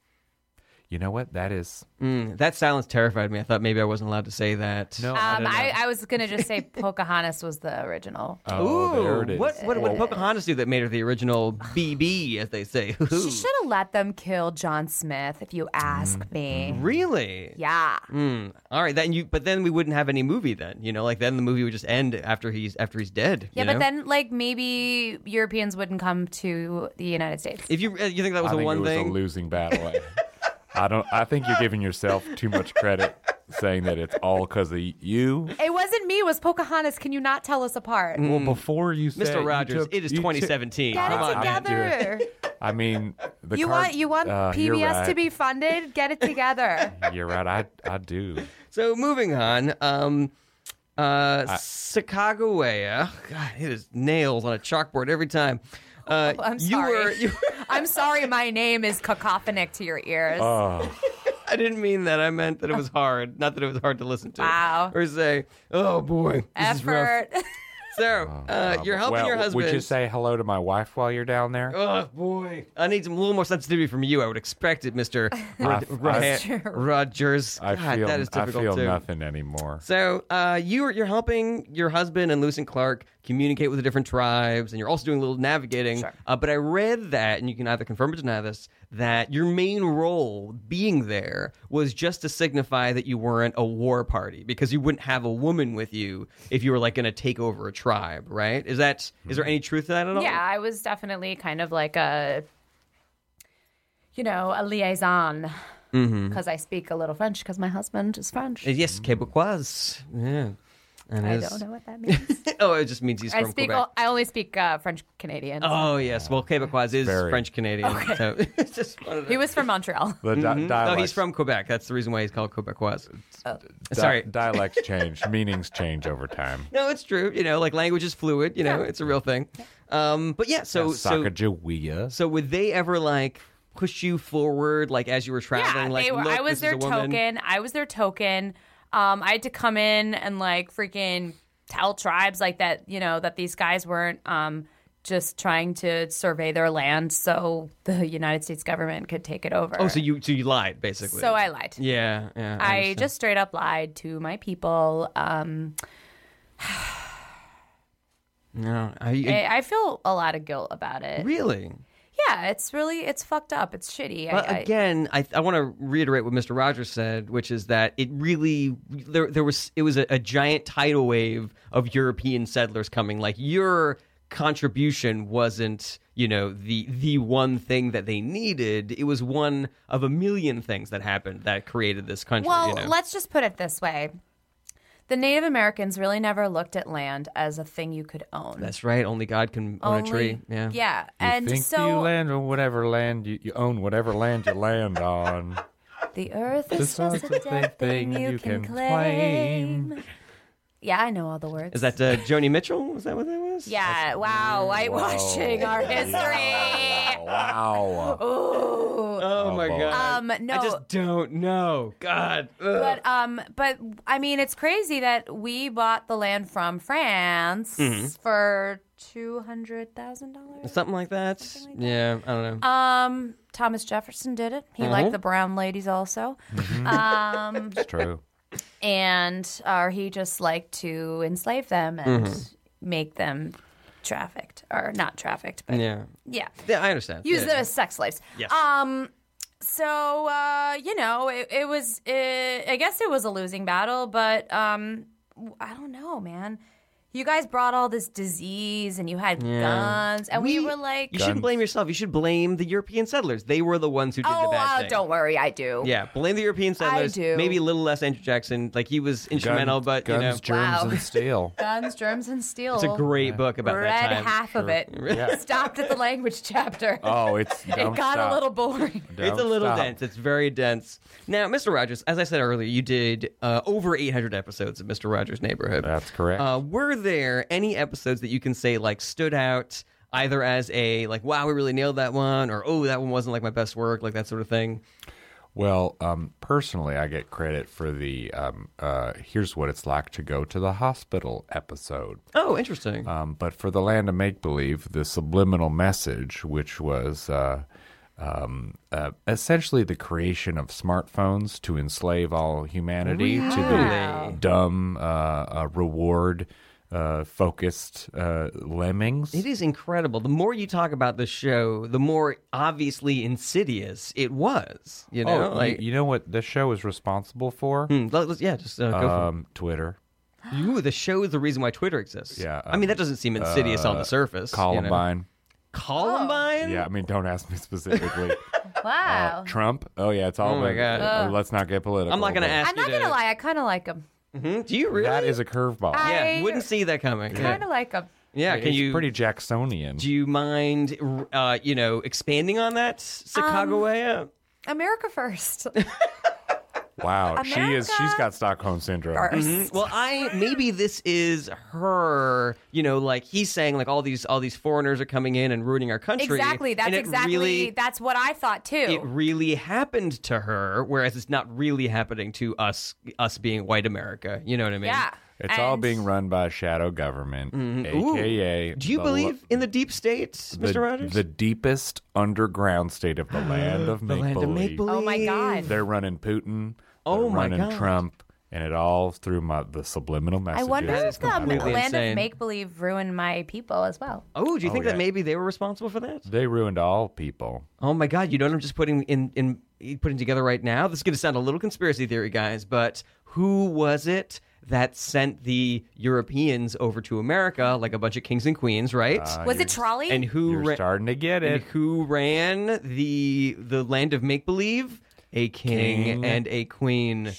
Speaker 5: You know what? That is
Speaker 1: Mm, that silence terrified me. I thought maybe I wasn't allowed to say that.
Speaker 5: no. I
Speaker 4: Um,
Speaker 5: don't
Speaker 4: I,
Speaker 5: know.
Speaker 4: I was gonna just say Pocahontas was the original.
Speaker 5: oh,
Speaker 1: Ooh,
Speaker 5: there it is. Oh.
Speaker 1: What, what, what did Pocahontas do that made her the original BB, as they say?
Speaker 4: She should have let them kill John Smith, if you
Speaker 5: Mm-hmm.
Speaker 4: ask me.
Speaker 1: really?
Speaker 4: Yeah.
Speaker 1: Mm, all right. Then you. But then we wouldn't have any movie. Then you know, like then the movie would just end after he's after he's dead.
Speaker 4: Yeah,
Speaker 1: you
Speaker 4: but
Speaker 1: know?
Speaker 4: then like maybe Europeans wouldn't come to the United States.
Speaker 1: if you uh, you think that was
Speaker 5: I
Speaker 1: a
Speaker 5: think
Speaker 1: one
Speaker 5: it was
Speaker 1: thing.
Speaker 5: a losing battle. I don't. I think you're giving yourself too much credit saying that it's all because of you.
Speaker 4: It wasn't me. It was Pocahontas. Can you not tell us apart?
Speaker 5: Well, before you, said,
Speaker 1: Mr.
Speaker 5: you
Speaker 1: Mm. Rogers,
Speaker 5: took-
Speaker 1: it is
Speaker 5: you took-
Speaker 1: 2017.
Speaker 4: Get
Speaker 1: Come
Speaker 4: it
Speaker 1: on, man.
Speaker 4: together.
Speaker 5: I mean, the
Speaker 4: You
Speaker 5: card-
Speaker 4: want you want
Speaker 5: uh, you're
Speaker 4: PBS to
Speaker 5: right.
Speaker 4: be funded? Get it together.
Speaker 5: You're right. I I do.
Speaker 1: So moving on, um, uh, Sacagawea. God, it is nails on a chalkboard every time. Uh,
Speaker 4: Oh, I'm
Speaker 1: you
Speaker 4: sorry.
Speaker 1: were. You,
Speaker 4: I'm sorry my name is cacophonic to your ears.
Speaker 1: Oh,
Speaker 5: Oh,
Speaker 1: I didn't mean that. I meant that it was hard. Not that it was hard to listen to.
Speaker 4: Wow.
Speaker 1: Or say, oh boy, this is rough.
Speaker 4: Effort.
Speaker 1: So uh, you're helping
Speaker 5: well,
Speaker 1: your
Speaker 5: w-
Speaker 1: husband.
Speaker 5: Would you say hello to my wife while you're down there?
Speaker 1: Oh boy, I need some a little more sensitivity from you. I would expect it, Mister
Speaker 5: I- I-
Speaker 1: Rogers.
Speaker 5: I
Speaker 1: God,
Speaker 5: feel
Speaker 1: that is
Speaker 5: I
Speaker 1: difficult
Speaker 5: feel
Speaker 1: too.
Speaker 5: nothing anymore.
Speaker 1: So uh, you're you're helping your husband and Lucy Clark communicate with the different tribes, and you're also doing a little navigating. Uh, but I read that, and you can either confirm or deny this, that your main role being there was just to signify that you weren't a war party because you wouldn't have a woman with you if you were like going to take over a tribe, right? Is that is there any truth to that at all?
Speaker 4: yeah, I was definitely kind of like a, you know, a liaison because I speak a little French because my husband is French.
Speaker 1: Uh, Mm-hmm. Yes, Quebecois. Yeah. And
Speaker 4: I
Speaker 1: it's-
Speaker 4: don't know what that means.
Speaker 1: oh, it just means he's
Speaker 4: I
Speaker 1: from
Speaker 4: speak.
Speaker 1: Quebec.
Speaker 4: o- I only speak uh, French Canadian.
Speaker 1: Oh yes, well Quebecois is
Speaker 5: Very.
Speaker 1: French Canadian. So it's just one of those.
Speaker 4: He was from Montreal.
Speaker 5: The
Speaker 1: No,
Speaker 5: di-
Speaker 1: Mm-hmm. Oh, he's
Speaker 5: dialects-
Speaker 1: from Quebec. That's the reason why he's called Quebecois.
Speaker 5: di-
Speaker 1: Sorry.
Speaker 5: dialects change, meanings change over time.
Speaker 1: No, it's true. You know, like language is fluid. You know, it's a real thing. Um, but yeah, so so
Speaker 5: Sacagawea.
Speaker 1: so would they ever like push you forward, like as you were traveling?
Speaker 4: Yeah,
Speaker 1: like
Speaker 4: they were.
Speaker 1: "Look,
Speaker 4: I was
Speaker 1: this
Speaker 4: their
Speaker 1: is a woman."
Speaker 4: token. I was their token. Um, I had to come in and like freaking tell tribes like that, you know, that these guys weren't um, just trying to survey their land so the United States government could take it over.
Speaker 1: Oh, so you so you lied basically.
Speaker 4: So I lied.
Speaker 1: Yeah, yeah.
Speaker 4: I
Speaker 1: understand.
Speaker 4: just straight up lied to my people. Um,
Speaker 1: no. I, I-
Speaker 4: I, I feel a lot of guilt about it.
Speaker 1: really.
Speaker 4: Yeah, it's really it's fucked up. It's shitty.
Speaker 1: But
Speaker 4: I, I-
Speaker 1: again, I, I want to reiterate what Mr. Rogers said, which is that it really there there was it was a, a giant tidal wave of European settlers coming. Like your contribution wasn't you know the the one thing that they needed. It was one of a million things that happened that created this country.
Speaker 4: Well,
Speaker 1: you know?
Speaker 4: let's just put it this way. The Native Americans really never looked at land as a thing you could own.
Speaker 1: that's right. Only God can own
Speaker 4: Only-
Speaker 1: a tree. Yeah.
Speaker 5: You
Speaker 4: and
Speaker 5: think you
Speaker 4: so
Speaker 5: land on whatever land you, you own, whatever land you land on.
Speaker 4: the earth
Speaker 5: The
Speaker 4: is just
Speaker 5: sorts
Speaker 4: a
Speaker 5: of
Speaker 4: dead thing you can claim. Yeah, I know all the words.
Speaker 1: Is that uh, Joni Mitchell? Was that what that was?
Speaker 4: yeah, wow, whitewashing our history.
Speaker 5: Wow.
Speaker 4: Ooh.
Speaker 1: Oh, my
Speaker 5: boy.
Speaker 1: god.
Speaker 4: Um, no,
Speaker 1: I just don't know. God. Ugh.
Speaker 4: But um, but I mean, it's crazy that we bought the land from France
Speaker 1: Mm-hmm.
Speaker 4: for two hundred thousand dollars.
Speaker 1: Something like that. yeah, I don't know.
Speaker 4: Um, Thomas Jefferson did it. He
Speaker 1: Mm-hmm.
Speaker 4: liked the brown ladies also, um,
Speaker 5: It's true.
Speaker 4: and or he just liked to enslave them and make them trafficked or not trafficked, but yeah,
Speaker 1: Mm-hmm. yeah. Yeah, I understand.
Speaker 4: use
Speaker 1: yeah.
Speaker 4: them as sex slaves.
Speaker 1: Yes.
Speaker 4: Um, so uh, you know, it, it was. It, I guess it was a losing battle, but um, w- I don't know, man. You guys brought all this disease, and you had guns, and we, were like,
Speaker 1: You shouldn't blame yourself. You should blame the European settlers. They were the ones who did the
Speaker 4: "Oh,
Speaker 1: bad
Speaker 4: uh,
Speaker 1: thing.
Speaker 4: don't worry, I do."
Speaker 1: Yeah, blame the European settlers.
Speaker 4: do.
Speaker 1: Maybe a little less Andrew Jackson. Like he was instrumental, but
Speaker 5: guns,
Speaker 1: you know,
Speaker 5: germs,
Speaker 4: Wow.
Speaker 5: and steel.
Speaker 4: Guns, germs, and steel.
Speaker 1: it's a great book about
Speaker 4: Read
Speaker 1: that time.
Speaker 4: half of it. Stopped at the language chapter.
Speaker 5: Oh, it's
Speaker 4: it
Speaker 5: don't
Speaker 4: got
Speaker 5: stop.
Speaker 4: a little boring.
Speaker 1: it's a
Speaker 5: Don't
Speaker 1: little
Speaker 5: stop.
Speaker 1: dense. It's very dense. Now, Mr. Rogers, as I said earlier, you did uh, over 800 episodes of Mr. Rogers' Neighborhood.
Speaker 5: That's correct.
Speaker 1: Uh, were there any episodes that you can say like stood out either as a like wow we really nailed that one or oh that one wasn't like my best work like that sort of thing?
Speaker 5: Well, um, personally, I get credit for the um, uh, "Here's what it's like to go to the hospital" episode.
Speaker 1: Oh, interesting.
Speaker 5: Um, but for the land of make believe, the subliminal message, which was uh, um, uh, essentially the creation of smartphones to enslave all humanity to the dumb, uh, uh, reward uh, focused uh, lemmings.
Speaker 1: It is incredible. The more you talk about the show, the more obviously insidious it was. You know,
Speaker 5: oh, you-
Speaker 1: like
Speaker 5: you, know what the show is responsible for?
Speaker 1: Hmm, let- let's- yeah, just uh, go
Speaker 5: Um, Twitter.
Speaker 1: for it. You, the show is the reason why Twitter exists.
Speaker 5: Yeah, um, uh,
Speaker 1: I mean that doesn't seem insidious on the surface. you know.
Speaker 5: Columbine.
Speaker 1: Columbine.
Speaker 5: Yeah, I mean, don't ask me specifically.
Speaker 4: Wow.
Speaker 5: Trump. Oh yeah, it's all.
Speaker 1: Oh, my
Speaker 5: been-
Speaker 1: God.
Speaker 5: uh, let's not get political.
Speaker 1: I'm not gonna
Speaker 5: but
Speaker 1: ask.
Speaker 4: I'm not
Speaker 1: you
Speaker 4: gonna
Speaker 1: to-
Speaker 4: lie, I kind of like them.
Speaker 1: Hmm? Do you really?
Speaker 5: That is a curveball.
Speaker 1: yeah,
Speaker 4: I
Speaker 1: wouldn't see that coming.
Speaker 4: Kind
Speaker 1: Yeah.
Speaker 4: of like them.
Speaker 1: yeah, can
Speaker 5: It's
Speaker 1: you?
Speaker 5: pretty Jacksonian.
Speaker 1: do you mind, uh, you know, expanding on that
Speaker 4: Um,
Speaker 1: Chicago way? up?
Speaker 4: America first.
Speaker 1: Mm-hmm.
Speaker 5: wow, she is. She's
Speaker 4: America-
Speaker 5: got Stockholm syndrome.
Speaker 1: Mhm. Well, I maybe this is her. You know, like he's saying, like all these all these foreigners are coming in and ruining our country.
Speaker 4: exactly. That's
Speaker 1: and it
Speaker 4: exactly.
Speaker 1: Really,
Speaker 4: that's what I thought too.
Speaker 1: it really happened to her, whereas it's not really happening to us. Us being white America. You know what I mean?
Speaker 4: yeah.
Speaker 5: It's all
Speaker 4: And-
Speaker 5: being run by a shadow government,
Speaker 1: Mm-hmm. Ooh.
Speaker 5: aka.
Speaker 1: Do you
Speaker 5: the lo-
Speaker 1: believe in the deep states,
Speaker 5: the,
Speaker 1: Mr. Rogers?
Speaker 5: The deepest underground state of the land of
Speaker 1: The
Speaker 5: make
Speaker 1: land of make
Speaker 5: believe.
Speaker 1: believe.
Speaker 4: Oh my God.
Speaker 5: They're running Putin.
Speaker 1: Oh,
Speaker 5: they're
Speaker 1: my
Speaker 5: running
Speaker 1: God.
Speaker 5: Trump, and it all through my the subliminal
Speaker 4: I
Speaker 5: messages.
Speaker 4: wonder
Speaker 1: That
Speaker 4: if
Speaker 1: is
Speaker 4: the land
Speaker 1: completely insane.
Speaker 4: of make believe ruined my people as well.
Speaker 1: Oh, do you
Speaker 5: Oh,
Speaker 1: think that
Speaker 5: yeah.
Speaker 1: maybe they were responsible for that?
Speaker 5: they ruined all people.
Speaker 1: Oh my God! You know what I'm just putting in in putting together right now. This is going to sound a little conspiracy theory, guys, but who was it that sent the Europeans over to America like a bunch of kings and queens, right?
Speaker 4: Was it trolley?
Speaker 1: and who
Speaker 5: Uh, You're
Speaker 1: ra-
Speaker 5: starting to get
Speaker 1: and
Speaker 5: it.
Speaker 1: who ran the the land of make believe? A king,
Speaker 5: King.
Speaker 1: and a queen.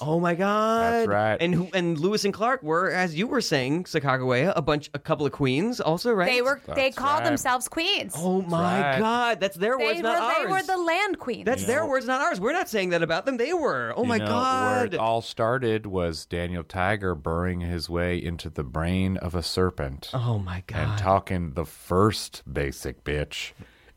Speaker 1: Oh my God!
Speaker 5: That's right.
Speaker 1: And who and Lewis and Clark were, as you were saying, Sacagawea, a bunch, a couple of queens, also, right?
Speaker 4: they were. they
Speaker 5: That's
Speaker 4: called
Speaker 5: right.
Speaker 4: themselves queens.
Speaker 1: Oh my
Speaker 5: right.
Speaker 1: God! That's their
Speaker 4: they
Speaker 1: words,
Speaker 4: were.
Speaker 1: not ours.
Speaker 4: They were the land queens.
Speaker 1: That's their words, not ours. We're not saying that about them. They were. Oh
Speaker 5: You
Speaker 1: my
Speaker 5: know, Where
Speaker 1: god.
Speaker 5: it all started was Daniel Tiger burrowing his way into the brain of a serpent
Speaker 1: oh my god.
Speaker 5: and talking the first basic bitch.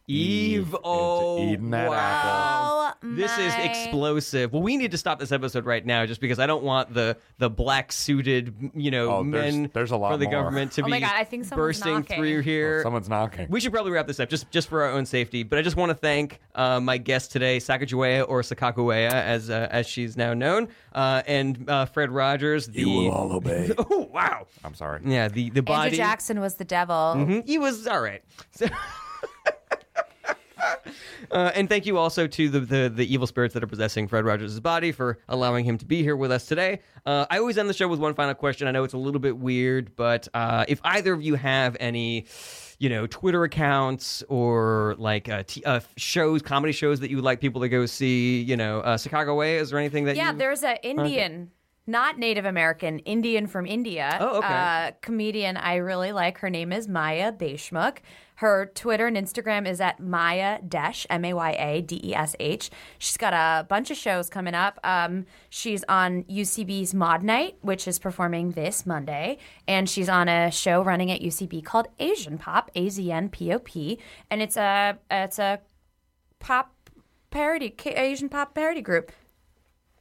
Speaker 1: Eve. Oh.
Speaker 5: eating that
Speaker 1: wow.
Speaker 4: Oh
Speaker 1: This is
Speaker 4: my-
Speaker 1: explosive. Well, we need to stop this episode right now, just because I don't want the the black suited, you know,
Speaker 5: Oh, there's-
Speaker 1: men
Speaker 5: there's a lot
Speaker 1: from the
Speaker 5: more.
Speaker 1: government to
Speaker 4: Oh
Speaker 1: be
Speaker 4: my God, I think someone's
Speaker 1: bursting
Speaker 4: knocking.
Speaker 1: through here.
Speaker 5: Oh, someone's knocking.
Speaker 1: Er, We should probably wrap this up just just for our own safety. But I just want to thank uh, my guest today, Sacagawea or Sacagawea, as uh, as she's now known, uh, and uh, Fred Rogers. The
Speaker 5: all obey.
Speaker 1: oh wow,
Speaker 5: I'm sorry.
Speaker 1: yeah, the the
Speaker 4: Andrew
Speaker 1: body.
Speaker 4: Jackson was the devil.
Speaker 1: Mhm. He was all right. So- Uh, and thank you also to the, the the evil spirits that are possessing Fred Rogers' body for allowing him to be here with us today. Uh, I always end the show with one final question. I know it's a little bit weird, but uh, if either of you have any, you know, Twitter accounts or like uh, t- uh, shows, comedy shows that you would like people to go see, you know, uh, Chicago Way, is there anything that
Speaker 4: Yeah,
Speaker 1: you...
Speaker 4: there's an Indian not Native American, Indian from India.
Speaker 1: Oh, okay.
Speaker 4: Uh, comedian I really like. Her name is Maya Deshmukh. Her Twitter and Instagram is at Maya Desh, M A Y A D E S H. She's got a bunch of shows coming up. Um, she's on UCB's Mod Night, which is performing this Monday. And she's on a show running at UCB called Asian Pop, A Z N P O P. And it's a, it's a pop parody, K- Asian pop parody group.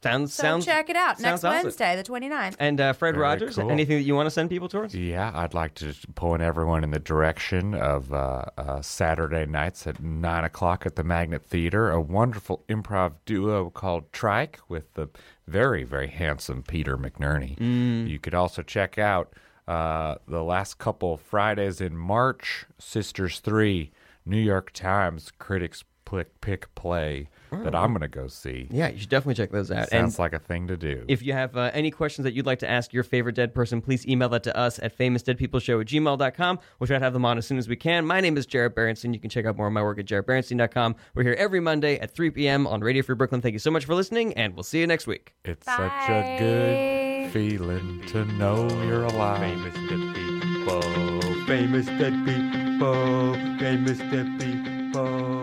Speaker 1: Sounds
Speaker 4: So
Speaker 1: sounds.
Speaker 4: check it out
Speaker 1: sounds
Speaker 4: next
Speaker 1: awesome.
Speaker 4: Wednesday, the 29th.
Speaker 1: And uh, Fred
Speaker 5: Very
Speaker 1: Rogers,
Speaker 5: cool.
Speaker 1: anything that you want to send people towards?
Speaker 5: Yeah, I'd like to just point everyone in the direction of uh, uh, Saturday nights at 9 o'clock at the Magnet Theater, a wonderful improv duo called Trike with the very, very handsome Peter McNerney.
Speaker 1: Mm.
Speaker 5: You could also check out uh, the last couple of Fridays in March, Sisters 3, New York Times Critics Pick, pick Play that I'm going to go see.
Speaker 1: Oh. Yeah, you should definitely check those out.
Speaker 5: Sounds
Speaker 1: and
Speaker 5: like a thing to do.
Speaker 1: if you have uh, any questions that you'd like to ask your favorite dead person, please email that to us at famousdeadpeopleshow at gmail.com. We'll try to have them on as soon as we can. My name is Jared Berenstein. You can check out more of my work at jaredberenstein.com. We're here every Monday at 3 p.m. on Radio Free Brooklyn. Thank you so much for listening, and we'll see you next week.
Speaker 5: It's such a good feeling to know you're alive.
Speaker 2: Famous dead people, famous dead people, famous dead people.